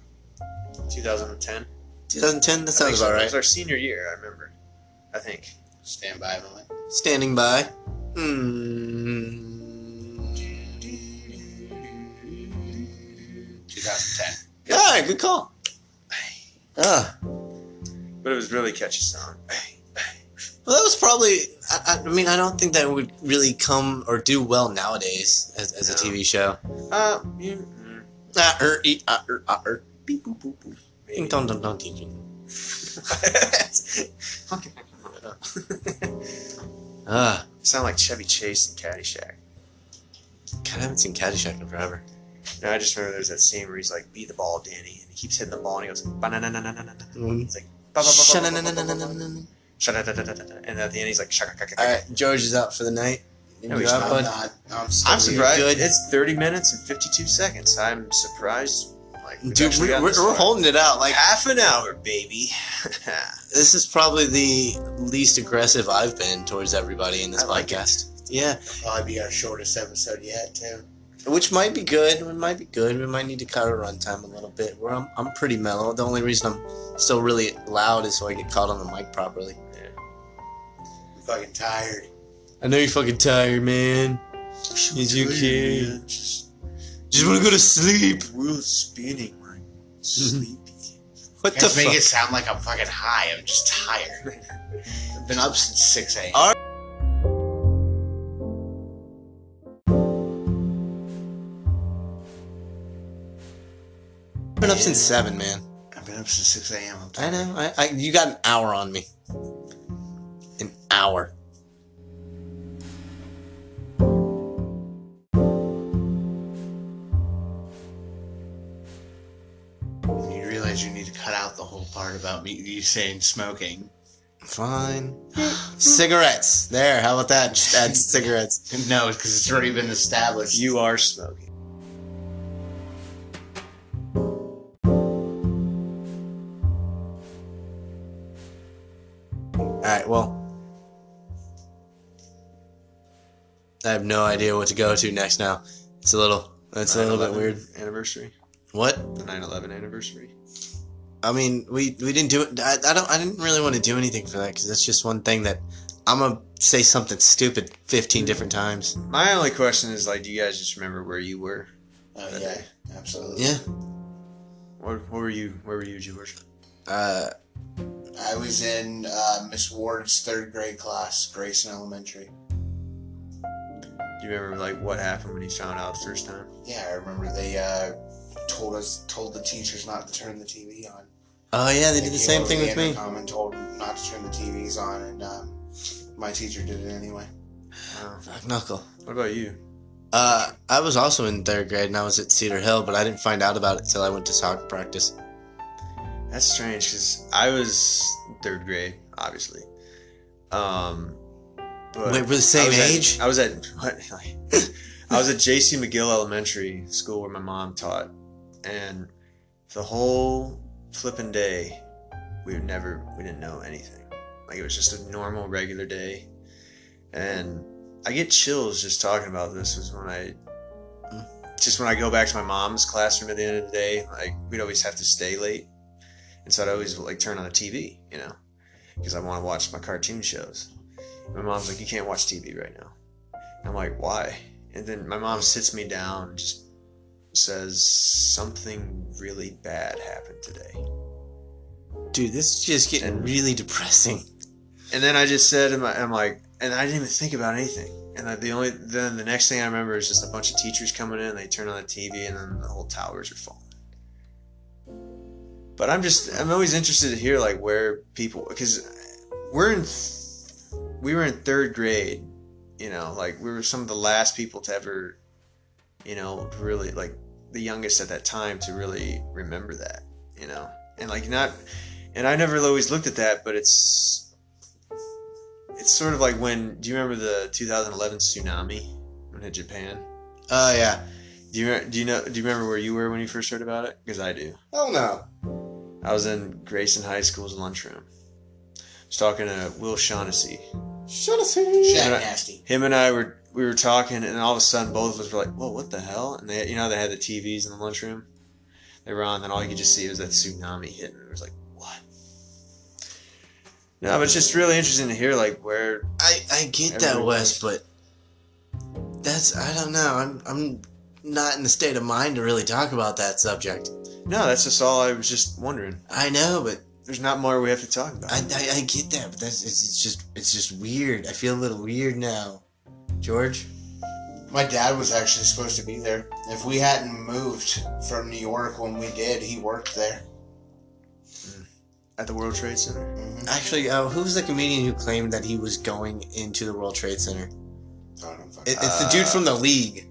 like 2010.
2010. That
I think
sounds
so.
about
It
right.
was our senior year, I remember. I think.
Stand by, Emily.
Standing by. Hmm.
2010.
Yeah, good call. Ah,
But it was really catchy song.
well, that was probably. I, I- I mean, I don't think that would really come or do well nowadays as, as a
No.
TV show.
Uh, yeah, mm,
Ah, er, ee, ah, er, ah, er. Beep, boop, boop, boop. Ding,
maybe.
dong, dong, dong, ding, ding. Ah,
Sound like Chevy Chase and Caddyshack.
God, I haven't seen Caddyshack in forever.
No, I just remember there's that scene where he's like, "Be the ball, Danny," and he keeps hitting the ball, and he goes, "Banana." It's like, "Ba- ba- ba- ba- ba- ba- ba- ba- ba- ba-
Sha-na-na-na-na-na-na-na.
Sha-da-da-da-da-da-da." and at the end he's like, "Shaka, ka- ka-
All
ka-
right, George is out for the night.
No,
You
he's
out,
not.
bud?
I'm not. Uh, I'm, still
I'm
here.
surprised.
good.
It's 30 minutes and 52 seconds. I'm surprised. Like, we've
Dude,
actually
we're,
gotten
we're,
this
we're
far.
holding it out. Like
half an hour, baby.
this is probably the least aggressive I've been towards everybody in this
I like it.
podcast. yeah,
Probably be our shortest episode yet, too.
which might be good. It might be good. We might need to cut our runtime a little bit. Where I'm, I'm pretty mellow. The only reason I'm still really loud is so I get caught on the mic properly.
I'm fucking tired.
I know you're fucking tired, man. Is you okay?
Man, Just
Just want to go to sleep.
World spinning, right? Sleepy.
What
you
the
guys make
fuck?
it sound like I'm fucking high. I'm just tired. I've been up since 6 a.m.
All I've been up since seven, man.
I've been up since 6 a.m. I'm
I
tired.
know. I, I you got an hour on me. An hour.
You realize you need to cut out the whole part about me you saying smoking.
Fine. cigarettes. There. How about that? Just add cigarettes.
No, because it's already been established.
You are smoking.
All right. Well, I have no idea what to go to next. Now it's a little. It's a little bit
9/11
weird.
Anniversary.
What?
The 9/11 anniversary.
I mean, we we didn't do it. I, I don't. I didn't really want to do anything for that because that's just one thing that I'm gonna say something stupid 15 different times.
My only question is like, do you guys just remember where you were?
Oh, yeah. Absolutely.
Yeah.
Where, where were you? Where were you, George?
Uh,
I was in uh, Miss Ward's third grade class, Grayson Elementary.
Do you remember like what happened when you found out the first time?
Yeah, I remember they uh, told us, told the teachers not to turn the TV on.
oh yeah, they did
came
the same
over
thing
the
with me.
intercom And told them not to turn the TVs on, and um, my teacher did it anyway.
Wow.
Fuck knuckle.
What about you?
Uh, I was also in third grade and I was at Cedar Hill, but I didn't find out about it till I went to soccer practice.
That's strange because I was third grade, obviously. Um, but
Wait, we're the
I
same
was at-
age?
I was at what? I was at J.C. McGill Elementary School where my mom taught, and the whole flipping day, we would never we didn't know anything. Like it was just a normal regular day, and I get chills just talking about this. Was when I just when I go back to my mom's classroom at the end of the day, like we'd always have to stay late, and so I'd always like turn on the TV, you know, because I want to watch my cartoon shows. My mom's like, you can't watch TV right now. I'm like, why? And then my mom sits me down and just says, something really bad happened today.
Dude, this is just getting
And-
really depressing.
And then I just said, I'm, I'm like, and I didn't even think about anything. And I, the only, then the next thing I remember is just a bunch of teachers coming in, they turn on the TV, and then the whole towers are falling. But I'm just, I'm always interested to hear like where people, because we're in, th- we were in third grade, you know, like we were some of the last people to ever, you know, to really like the youngest at that time to really remember that, you know. and like not and i never always looked at that but it's it's sort of like when do you remember the 2011 tsunami when it hit japan
Oh yeah.
do you re- do you know do you remember where you were when you first heard about it because i do
Hell no.
i was in grayson high school's lunchroom I was talking to will shaughnessy
Shut us
Shaq
Yeah.
nasty.
him and I were we were talking, and all of a sudden, both of us were like, "Whoa, what the hell?" And they, you know, they had the TVs in the lunchroom. They were on, and all you could just see was that tsunami hitting. It was like, "What?" No, but it's just really interesting to hear like where
I I get that,
Everybody
Wes, but that's I don't know. I'm I'm not in the state of mind to really talk about that subject.
no, that's just all I was just wondering.
I know, but
There's not more we have to talk about.
I, I, I get that, but that's it's, it's just it's just weird. I feel a little weird now. George,
My dad was actually supposed to be there. If we hadn't moved from New York when we did, he worked there.
At the World Trade Center,
Mm-hmm.
actually, uh, who was the comedian who claimed that he was going into the World Trade Center? It, it's the dude from the league.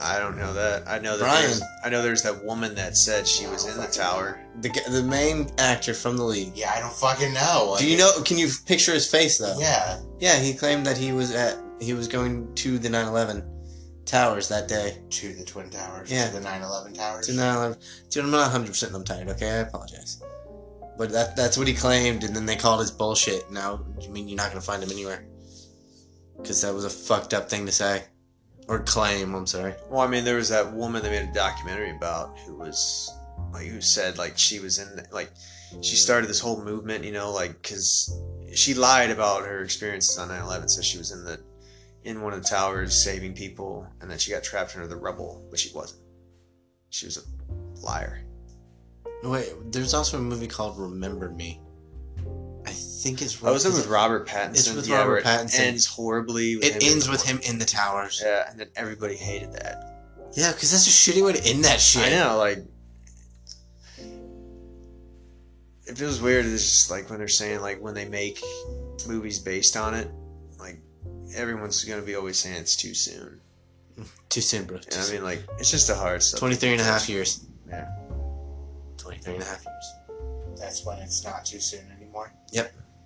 I don't know that. I know that.
Brian.
there's- I know there's that woman that said she was in the tower.
The g- the main actor from the league.
yeah, I don't fucking know. Like,
Do you know? Can you picture his face though?
Yeah.
Yeah, he claimed that he was at he was going to the 9/11 towers that day.
To the Twin Towers.
Yeah.
To the 9 11 Towers.
To 9/11. Dude, I'm not 100 percent. I'm tired. Okay, I apologize. But that that's what he claimed, and then they called his bullshit. Now, you mean you're not gonna find him anywhere? Because that was a fucked up thing to say, or claim. I'm sorry.
Well, I mean, there was that woman they made a documentary about who was like who said like she was in like she started this whole movement, you know, like because she lied about her experiences on 9/11, so she was in the in one of the towers saving people, and then she got trapped under the rubble, but she wasn't. She was a liar.
Wait, there's also a movie called Remember Me. I think it's.
I was in with Robert Pattinson.
It's with
yeah, where
Robert Pattinson.
It ends horribly. With him
It
in
ends
the
with
horror.
him in the towers.
Yeah, and then everybody hated that.
Yeah, because that's a shitty way to end that shit.
I know, like. It feels weird. It's just like when they're saying like when they make movies based on it, like everyone's gonna be always saying it's too soon.
Too soon, bro. Too
And I
soon.
mean, like it's just a hard stuff.
23 and a half years.
Yeah.
23 and a half years.
That's when it's not too soon anymore.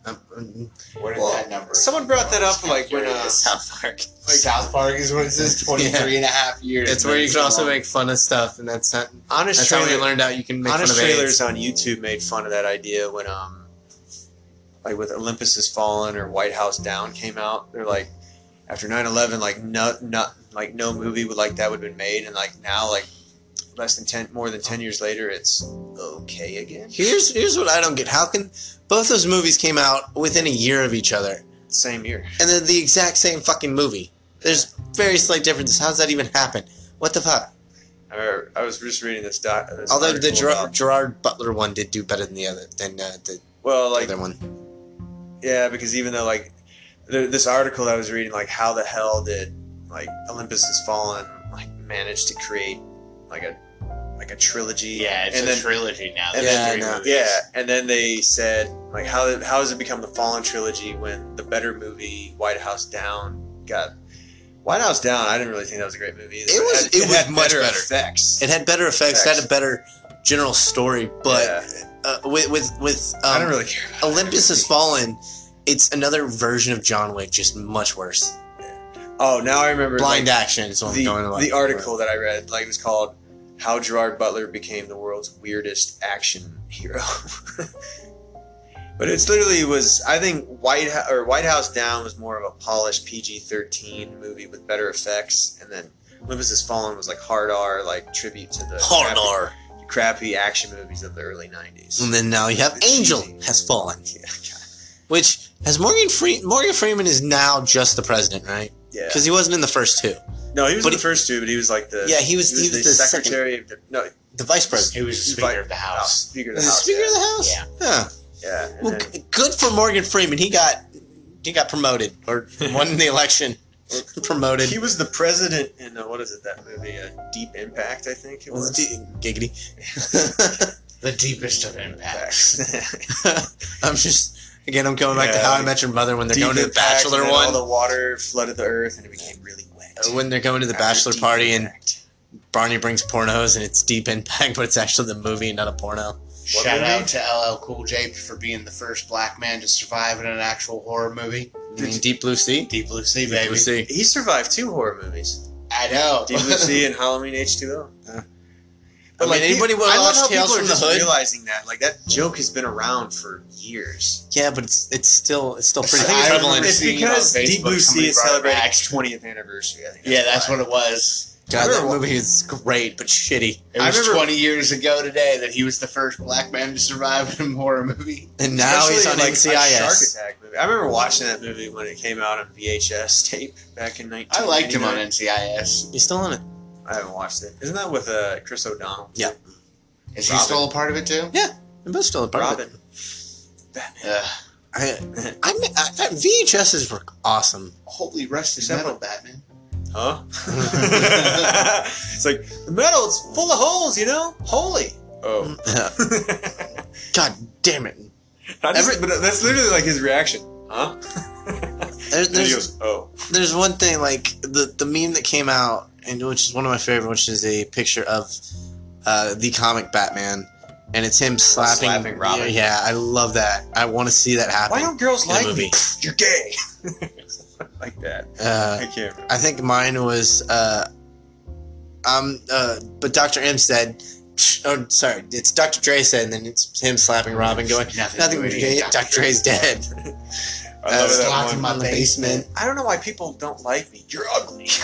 Um,
mm.
um,
Where did
Well,
that number
someone brought that up, like, when, uh,
South Park.
Like, South Park is when it says 23 and a half years.
It's where you can also
Long.
make fun of stuff, and that's not,
Honest
that's how we
Trailer-
learned out you can make
Honest
fun of AIDS.
trailers on YouTube made fun of that idea when um like with Olympus Has Fallen or White House Down came out. They're like after 9/11 like no not like no movie would like that would have been made and like now like less than 10 more than 10 years later it's okay again.
Here's here's what I don't get. How can both those movies came out within a year of each other,
Same year.
and they're the exact same fucking movie? There's very slight differences. How does that even happen? What the fuck?
I, remember, I was just reading this doc this
Although the
article
Gerard,
about-
Gerard Butler one did do better than the other than uh, the,
well
the
like
other one.
Yeah, because even though like th- this article I was reading, like how the hell did like Olympus Has Fallen like manage to create like a like a trilogy?
Yeah, it's
and
a
then
trilogy now.
and uh,
There's
then-
three
yeah, no.
movies.
yeah, and then they said like how did- how has it become the Fallen trilogy when the better movie White House Down got White House Down? I didn't really think that was a great movie. Either.
It was-
had-
it was
had
much better.
effects.
It had better effects. It had a better general story, but
Yeah.
uh, with with with um,
I don't really care. About
Olympus
that
Has Fallen, it's another version of John Wick, just much worse.
movie. Oh, now I remember like,
Blind action is what
the,
I'm going like.
the article that I read, like it was called "How Gerard Butler Became the World's Weirdest Action Hero." but it's literally was I think White Ho- or White House Down was more of a polished PG-13 movie with better effects, and then Olympus Has Fallen was like hard R, like tribute to the
Hard
crappy,
R. Mm-hmm.
crappy action movies of the early '90s.
And then now you have
It's
Angel
cheesy.
Has Fallen,
Yeah,
which has Morgan Freeman. Morgan Freeman is now just the president, right?
yeah.
Because he wasn't in the first two.
No, he was
but
in the
he-
first two, but he was like the
Yeah, he was.
he was, the,
secretary,
secretary of the no
the vice president,
He was the Speaker of the
no,
House.
Speaker of
the
the House.
speaker
yeah.
of the house.
Yeah.
Huh.
yeah. and
Well,
then-
g- good for Morgan Freeman. He got he got promoted or won the election. promoted.
He was the president in uh, what is it that movie? Uh, Deep Impact, I think it
Was
was.
it D- giggity.
The deepest of impacts.
Impacts.
I'm just again. I'm going back to
Yeah,
How I
like,
Met Your Mother when they're
Deep
going to the
Impact,
bachelor
and then
one.
All the water flooded the earth, and it became really wet.
Uh, when they're going to the
After
bachelor
Deep
party and
Impact.
Barney brings pornos and it's Deep Impact, but it's actually the movie and not a porno.
Shout
movie?
out to LL Cool J for being the first black man to survive in an actual horror movie.
You mean Deep Blue Sea?
Deep Blue Sea,
Deep
baby.
Blue Sea.
He survived two horror movies:
I know.
Deep Blue Sea and Halloween H2O.
I Uh, mean, anybody
people-
wanna
I love
watch
how
Tales
people
from
are
the
just
Hood?
realizing that, like that joke has been around for years.
Yeah, but it's it's still it's still pretty
I remember
prevalent.
It's
seeing it on
because
Facebook,
Deep Blue Sea
somebody
is
brought it
celebrating
back.
its 20th anniversary. I think
yeah, that's
why.
what it was.
God, that
remember-
movie is great but shitty.
It
I
was
remember-
20 years ago today that he was the first black man to survive in a horror movie.
And now he's
Especially,
on
like, a
NCIS.
Shark Attack movie. I remember watching that movie when it came out on VHS tape back in 19.
I liked him on NCIS.
He's still on it.
I haven't watched it. Isn't that with uh, Chris O'Donnell?
Yeah.
Is he
Robin.
still a part of it too?
They're both still a part of it.
Robin. Batman.
Yeah.
I, I, mi- I, that VHSs were awesome.
Holy rusted
Except
metal, Batman.
Huh? it's like the metal. It's full of holes. You know, holy. Oh.
God damn it.
Every, but that's literally like his reaction. Huh?
There,
And he
there's,
goes, oh.
there's one thing like the the meme that came out and which is one of my favorite which is a picture of uh, the comic batman and it's him slapping,
Slapping Robin.
yeah, i love that i want to see that happen
Why don't girls
in a
like
movie.
me? You're gay. like that.
uh,
I can't remember.
i think mine was uh, um uh, but dr m said oh sorry it's dr dre said and then it's him slapping robin going
Nothing.
nothing
to
dr.
it.
dre's dead
I love
Uh,
that
Locked
one.
in my
In the
basement.
I don't know why people don't like me. You're ugly.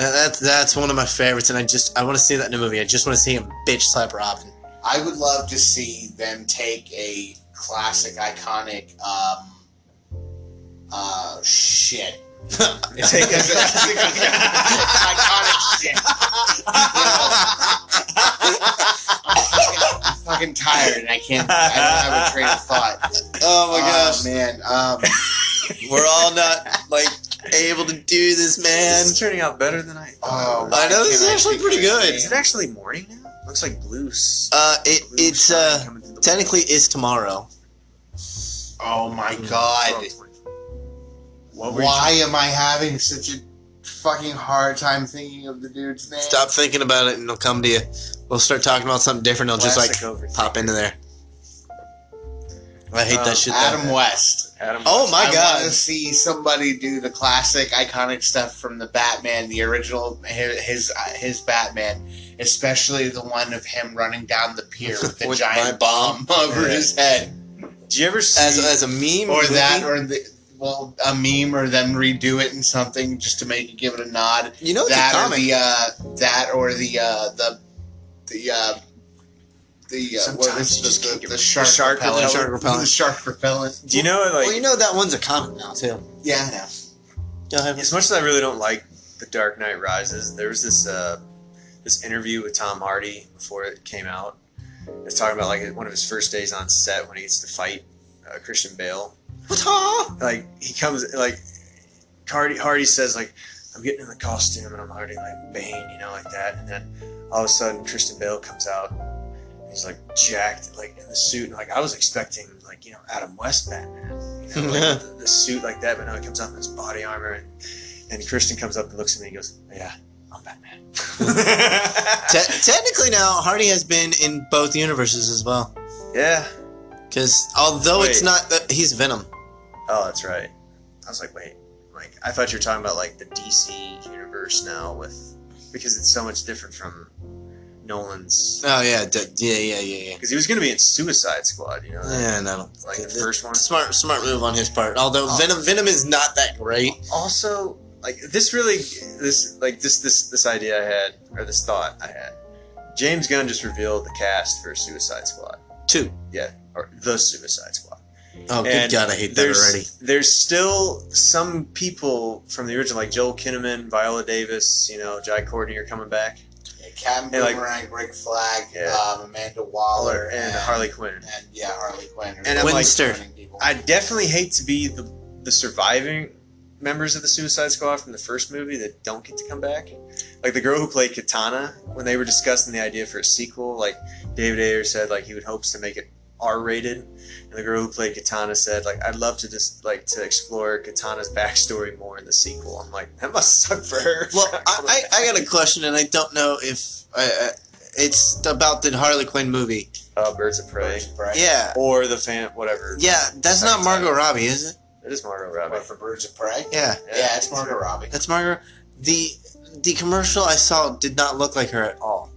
Uh, that's that's one of my favorites and i just i want to see that in a movie i just want to see him bitch slap robin
I would love to see them take a classic, iconic, um, uh, shit.
Take
Take a classic, iconic shit.
Oh
I'm fucking tired and I can't. I don't have a train of thought.
Oh my
Oh,
gosh.
man. Um,
We're all not like able to do this, man.
This is turning out better than I thought.
oh,
I know, this is
can I
actually
think
pretty
of
good.
Is it
anything?
actually morning now? Looks like blue. s-
Uh it
blue
it's
sky
uh
coming through the-
technically is tomorrow.
Oh my
Twelve
god.
twenty. What were you
Why am I having such a fucking hard time thinking of the dude's name?
Stop thinking about it and it'll come to you. We'll start talking about something different, it'll just like
Classic overthinking.
pop into there. I hate
Um,
that shit. though.
Adam West.
Adam
Oh my
I
god.
want to see somebody do the classic, iconic stuff from the Batman, the original, his his, uh, his Batman, especially the one of him running down the pier with the
With my
giant bomb over
Yeah.
his head,
West. Did you ever see?
As as a meme
or
movie,
that, or the well, a meme, or them redo it in something just to make it give it a nod.
you know Oh, it's
that
a
or
comic.
the uh, that or the uh, the the. Uh, the, uh, what
Sometimes
was
you just
the-
can't
the,
get-
the shark,
the shark
repellent,
repellent.
the shark repellent.
do you know like?
well you know that one's a comic now too.
Yeah, I know.
Y'all have-
As much as I really don't like The Dark Knight Rises, there was this uh, this interview with Tom Hardy before it came out. It's talking about like one of his first days on set when he gets to fight uh, Christian Bale. Like he comes like Hardy Hardy says like I'm getting in the costume and I'm already like Bane, you know, like that. And then all of a sudden Christian Bale comes out. He's like jacked, like in the suit. And, like I was expecting, like you know, Adam West Batman, you know, like, the, the suit like that. But now he comes out in his body armor, and, and Christian comes up and looks at me and goes, "Yeah, I'm Batman."
Te- technically now Hardy has been in both universes as well.
yeah.
Because although it's
Wait.
not, uh, he's Venom.
Oh, that's right. I was like, wait, like I thought you were talking about like the DC universe now with because it's so much different from Nolan's.
Oh yeah, d- yeah, yeah, yeah, yeah.
Because he was going to be in Suicide Squad, you know,
Yeah, no.
like the
Th-
first one.
Smart, smart move on his part. Although
Oh.
Venom, Venom is not that great.
also like this really this like this this this idea I had or this thought I had. James Gunn just revealed the cast for Suicide Squad.
Two.
Yeah, or the Suicide Squad.
Oh, good
And
God, I hate that
there's,
already.
There's still some people from the original, like Joel Kinnaman, Viola Davis, you know, Jai Courtney are coming back,
Yeah, Captain
And, like-
Boomerang, Rick Flag,
Yeah.
um, Amanda Waller,
and, Harley Quinn.
and yeah, Harley Quinn.
And I'm like-
Winster.
I definitely hate to be the the surviving members of the Suicide Squad from the first movie that don't get to come back. Like the girl who played Katana, when they were discussing the idea for a sequel, like David Ayer said, like he would hopes to make it R-rated, and the girl who played Katana said, like I'd love to just like to explore Katana's backstory more in the sequel. I'm like, that must suck for her.
Well, I, uh, I, I got a question, and I don't know if I, I, it's about the Harley Quinn movie.
uh, Birds of Prey,
Birds of Prey.
Yeah,
or the fan, whatever.
yeah. That's not Margot Robbie, is it?
It is Margot Robbie.
What, for Birds of Prey?
Yeah,
Yeah, it's Margot Robbie.
that's Margot. The the commercial I saw did not look like her at all,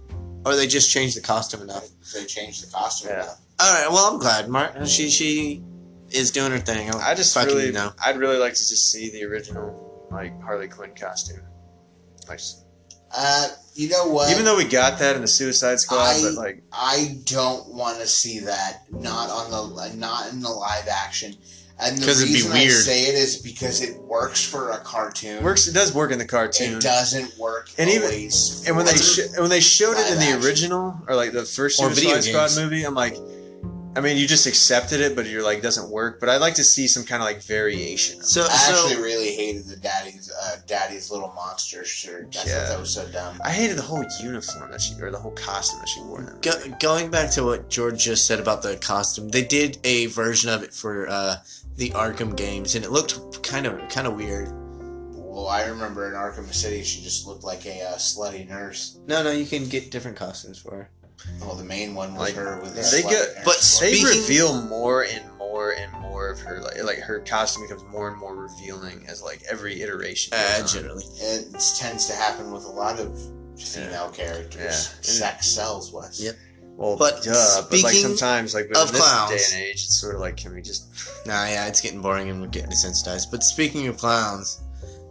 or they just changed the costume enough.
They changed the costume.
Yeah.
enough.
All right, well I'm glad Mark. She she is doing her thing. I,
I just
fucking
really,
know.
I'd really like to just see the original like Harley Quinn costume. Like,
Uh, you know what?
even though we got that in the Suicide Squad,
I-
but like,
I don't want to see that. Not on the not in the live action. And the
'Cause it'd be
reason I
weird.
say it is because it works for a cartoon.
it works. It does work in the cartoon.
It doesn't work
And even-
always.
And when they
for-
sh- and when they showed it in
Live
the
action.
original or like the first
Or video
Suicide Squad
games.
movie, I'm like, I mean, you just accepted it, but you're like, it doesn't work. But I'd like to see some kind of like variation. of it.
So
I actually
so
really hated the daddy's uh, daddy's little monster shirt. I
Yeah.
thought that was so dumb.
I hated the whole uniform that she or the whole costume that she wore. In that
go,
movie.
going back to what George just said about the costume, they did a version of it for uh, the Arkham games, and it looked kind of kind of weird.
Well, I remember in Arkham City, she just looked like a uh, slutty nurse.
No, no, you can get different costumes for her.
Well, the main one was
Like,
her with
yeah.
the
They
slutty
get-
nurse
but
look.
spe-
they
Speaking-
reveal more and more and more of her like like her costume becomes more and more revealing as like every iteration.
Uh,
goes on.
generally.
it tends to happen with a lot of female characters.
Yeah.
Sex sells, Wes.
Yep.
Well,
But
duh, but like
speaking
sometimes like but
of
in this
clowns-
day and age, it's sort of like can we just
Nah, yeah, it's getting boring and we're getting desensitized. But speaking of clowns,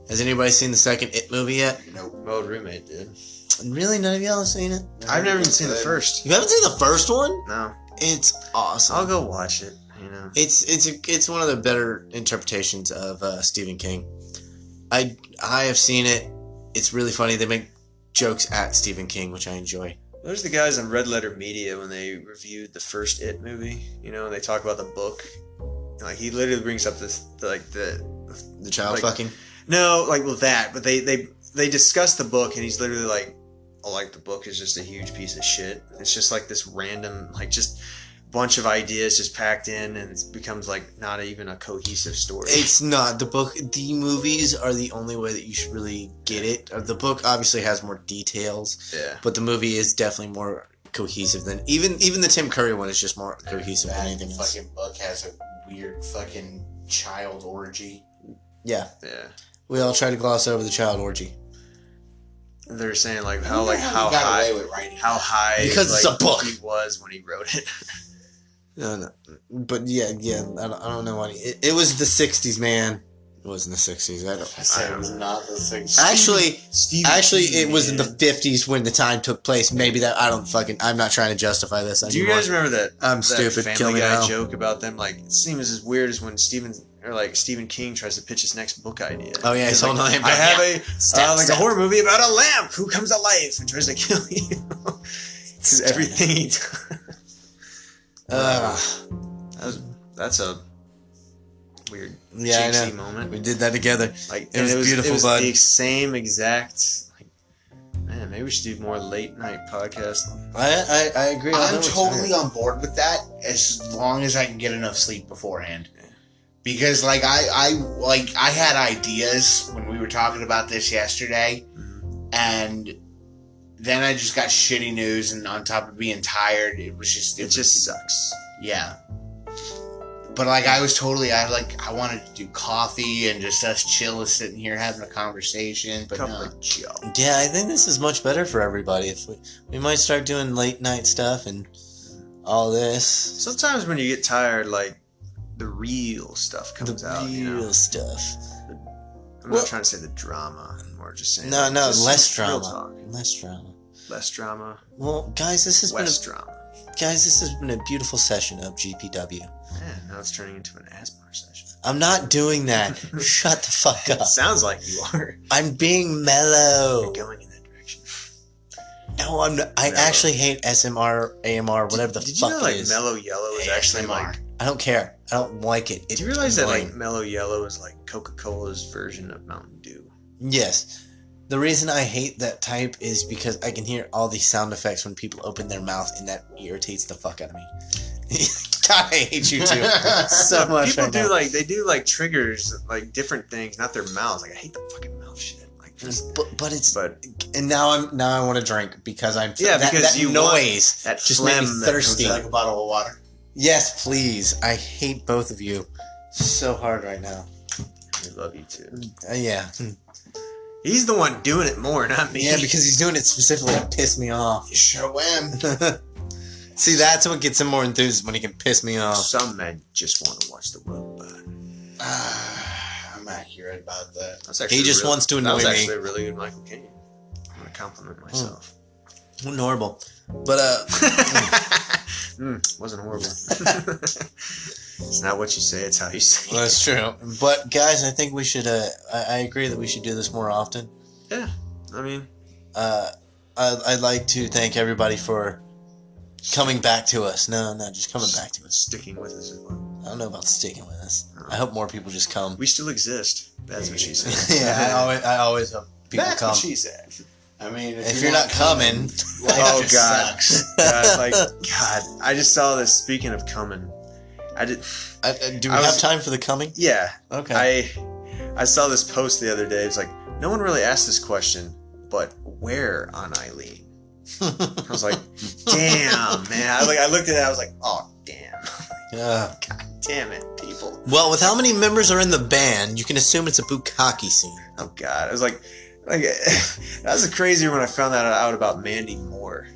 has anybody seen the second It movie yet?
Nope.
my old roommate did.
Really, none of y'all have seen it?
I've never even seen the first.
You haven't seen the first one?
No,
It's awesome.
I'll go watch it. You know,
It's it's a, it's one of the better interpretations of uh, Stephen King. I I have seen it. It's really funny. They make jokes at Stephen King, which I enjoy.
those are the guys on Red Letter Media when they reviewed the first It movie. You know, and they talk about the book. And, like he literally brings up this like the
The child
Like-
fucking.
No, like well that, but they they they discuss the book and he's literally like, oh, like the book is just a huge piece of shit. It's just like this random like just bunch of ideas just packed in and it becomes like not even a cohesive story.
It's not the book. The movies are the only way that you should really get it. Uh, The book obviously has more details.
yeah.
but the movie is definitely more cohesive than even even the Tim Curry one is just more cohesive than
That
anything else.
fucking book has a weird fucking child orgy.
Yeah,
Yeah.
we all try to gloss over the child orgy
They're saying like
I
how
wonder
like
he
how
got
high
away with writing
how
that.
high
Because it's
like,
a book.
he was when he wrote it.
No, no, but yeah, yeah. I don't, I don't know why it, it was the '60s, man. It was in the '60s. I don't.
I said
I
it was not the thing.
Actually,
Steve,
actually, it was in the '50s when the time took place. Maybe that I don't fucking. I'm not trying to justify this.
Do you guys remember that
I'm
that
stupid. Kill
Family
me
Guy
now.
joke about them? Like it seems as weird as when Stephen or like Stephen King tries to pitch his next book idea.
Oh yeah, he's
He's like,
holding on him.
I have
yeah.
a uh, like a horror movie about a lamp who comes to life and tries to kill you. Because everything he does.
Ugh.
That was- that's a weird
yeah, I
jinxy
know.
moment.
We did that together.
Like
It
and
was
it was
beautiful,
It was
bud.
the same exact. Like, man, maybe we should do more late night podcasts.
I I, I agree. although
I'm
it's-
totally on board with that as long as I can get enough sleep beforehand. Because like I, I like I had ideas when we were talking about this yesterday, and then I just got shitty news, and on top of being tired, it was just
It
was-
just sucks.
yeah. But like I was totally I like I wanted to do coffee and just us chill sitting here having a conversation, but
Couple
no.
of jokes.
Yeah, I think this is much better for everybody. If we we might start doing late night stuff and all this,
Sometimes when you get tired, like the real stuff
the
comes out.
real
You know,
stuff,
I'm
Well-
not trying to say the drama. I'm more just saying
No,
like,
no,
just
less
real
drama. less drama.
talk. less drama,
Well, guys, this has
less drama.
been a, guys, this has been a beautiful session of GPW.
Man, now it's turning into an ASMR session.
I'm not doing that. Shut the fuck
It
up.
sounds like you are.
I'm being
You're
mellow.
going in that direction.
No, I'm. Not, I
Mellow.
actually hate SMR, AMR, whatever the
Did
fuck
you know like
it is.
Mellow Yellow is actually like?
I don't care. I don't like it.
Did
It's
you realize that
annoying.
like Mellow Yellow is like Coca Cola's version of Mountain Dew?
Yes. The reason I hate that type is because I can hear all the sound effects when people open their mouth, and that irritates the fuck out of me. God, I hate you too so much.
People
right
do
now. Mm.
like they do like triggers like different things, not their mouths. Like I hate the fucking mouth shit. Like
But, but it's
But
and now I'm now I want to drink because I'm
Yeah,
that,
because
that
you want
noise
that
just made
phlegm
me
that comes
thirsty.
out.
like a bottle of water.
Yes, please. I hate both of you so hard right now.
we love you too.
Uh, yeah,
He's the one doing it more, not me.
yeah, because he's doing it specifically to piss me off.
You sure am.
See, that's what gets him more enthused when he can piss me off.
some men just want to watch the world burn.
Ah, I'm accurate about that.
That's actually
He just
really-
wants to
That
annoy
was
me. Hmm.
actually a really good Michael Caine. I'm gonna compliment myself.
Wasn't horrible, but uh, Hmm.
Mm, wasn't horrible. it's not what you say; it's how you say.
well,
it.
that's true. But guys, I think we should. Uh, I, I agree that we should do this more often.
I mean,
Uh, I, I'd like to thank everybody for coming back to us. No, no, just coming back to us.
sticking with us. As well.
I don't know about sticking with us. I hope more people just come.
We still exist. That's what she said.
yeah, I always, I always hope people
That's
come.
what she said. I mean, if,
If you're not coming,
life
Oh,
just
God.
sucks.
God, like God, I just saw this. Speaking of coming, I did.
I, I- do we
I was-
have time for the coming?
Yeah,
Okay.
I I saw this post the other day. It's like no one really asked this question, but where on Eileen? I was like, damn, man. I like I looked at it. I was like, oh, damn,
Yeah.
damn it, people.
well, with how many members are in the band, you can assume it's a bukkake scene.
Oh God, I was like, like that was crazier when I found that out about Mandy Moore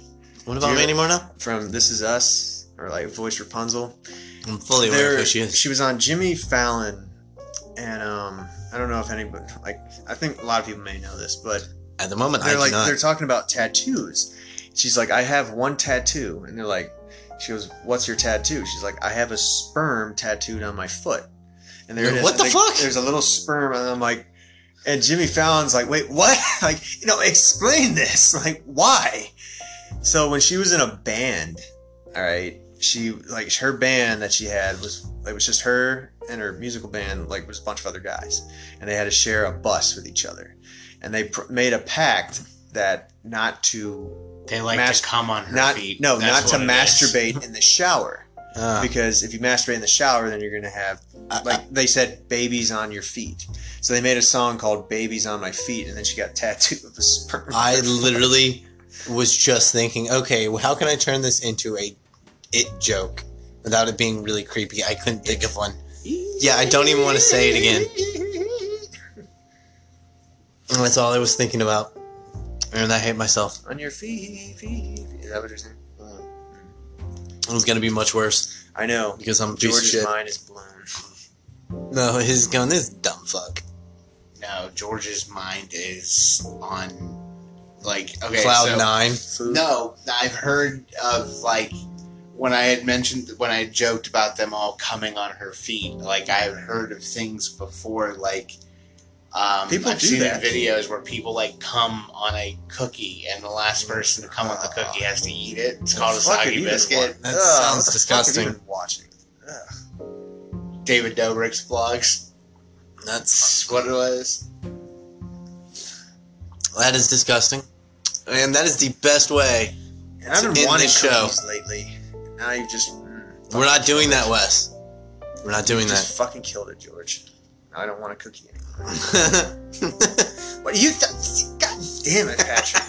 What about
Dude.
Mandy Moore now?
from This Is Us or like Voice Rapunzel.
I'm fully aware of
There-
who she is.
was on Jimmy Fallon, and um, I don't know if anybody like. I think a lot of people may know this, but
At the moment, I
they're
do
like
not.
they're talking about tattoos. She's like, I have one tattoo, and they're like, she goes, "What's your tattoo?" She's like, I have a sperm tattooed on my foot, and there it is.
What
And
the
they-
fuck?
There's a little sperm, and I'm like. And Jimmy Fallon's like, wait, what? Like, you know, explain this. Like, why? So when she was in a band, all right, she like her band that she had was it was just her and her musical band like was a bunch of other guys, and they had to share a bus with each other, and they pr- made a pact that not to
They like
Mas-
to come on her
not
feet.
no
That's
not to
what it is.
masturbate in the shower
Ah.
because if you masturbate in the shower then you're gonna have
I-
like they said babies on your feet so they made a song called babies on my feet and then she got tattooed with a sperm
I literally was just thinking, okay, well, how can I turn this into a it joke without it being really creepy? I couldn't think of one. Yeah, I don't even want to say it again. And that's all I was thinking about. And I hate myself.
on your feet, feet. Is that what you're saying?
It was gonna be much worse
I know.
because I'm a piece of
George's
shit.
mind is blown.
No, his gun is dumb fuck.
No, George's mind is on, like, okay,
Cloud
so,
nine.
Food.
No, I've heard of like when I had mentioned when I had joked about them all coming on her feet. Like I've heard of things before, like. Um,
People
I've
do
seen
that.
in videos where people like come on a cookie, and the last person to come on the cookie has to eat it. It's called a
Fuck it,
soggy
even
biscuit.
wa-
That
Ugh,
sounds
what the fuck
disgusting.
are you even Watching. Ugh.
David Dobrik's vlogs.
That's
That's what it was.
that is disgusting. And that is the best way.
And I've
It's in
been wanting
the show.
cookies lately. Now you just mm,
We're not doing that, Wes. We're not doing
you just fucking killed it, George. Now I don't want a cookie anymore.
that.
What you? Th- God damn it, Patrick.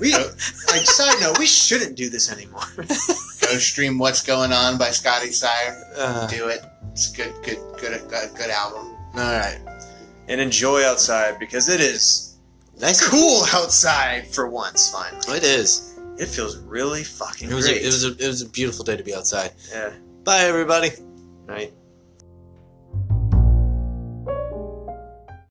we like side note. We shouldn't do this anymore.
Go stream "What's Going On" by Scotty Sire.
Uh,
Do it. It's a good, good, good, good, good album.
all right.
And enjoy outside because it is
Nice.
cool outside for once. Finally,
It is.
it feels really fucking
It was. A,
great.
it was. A, it was a beautiful day to be outside.
yeah.
Bye, everybody.
Right.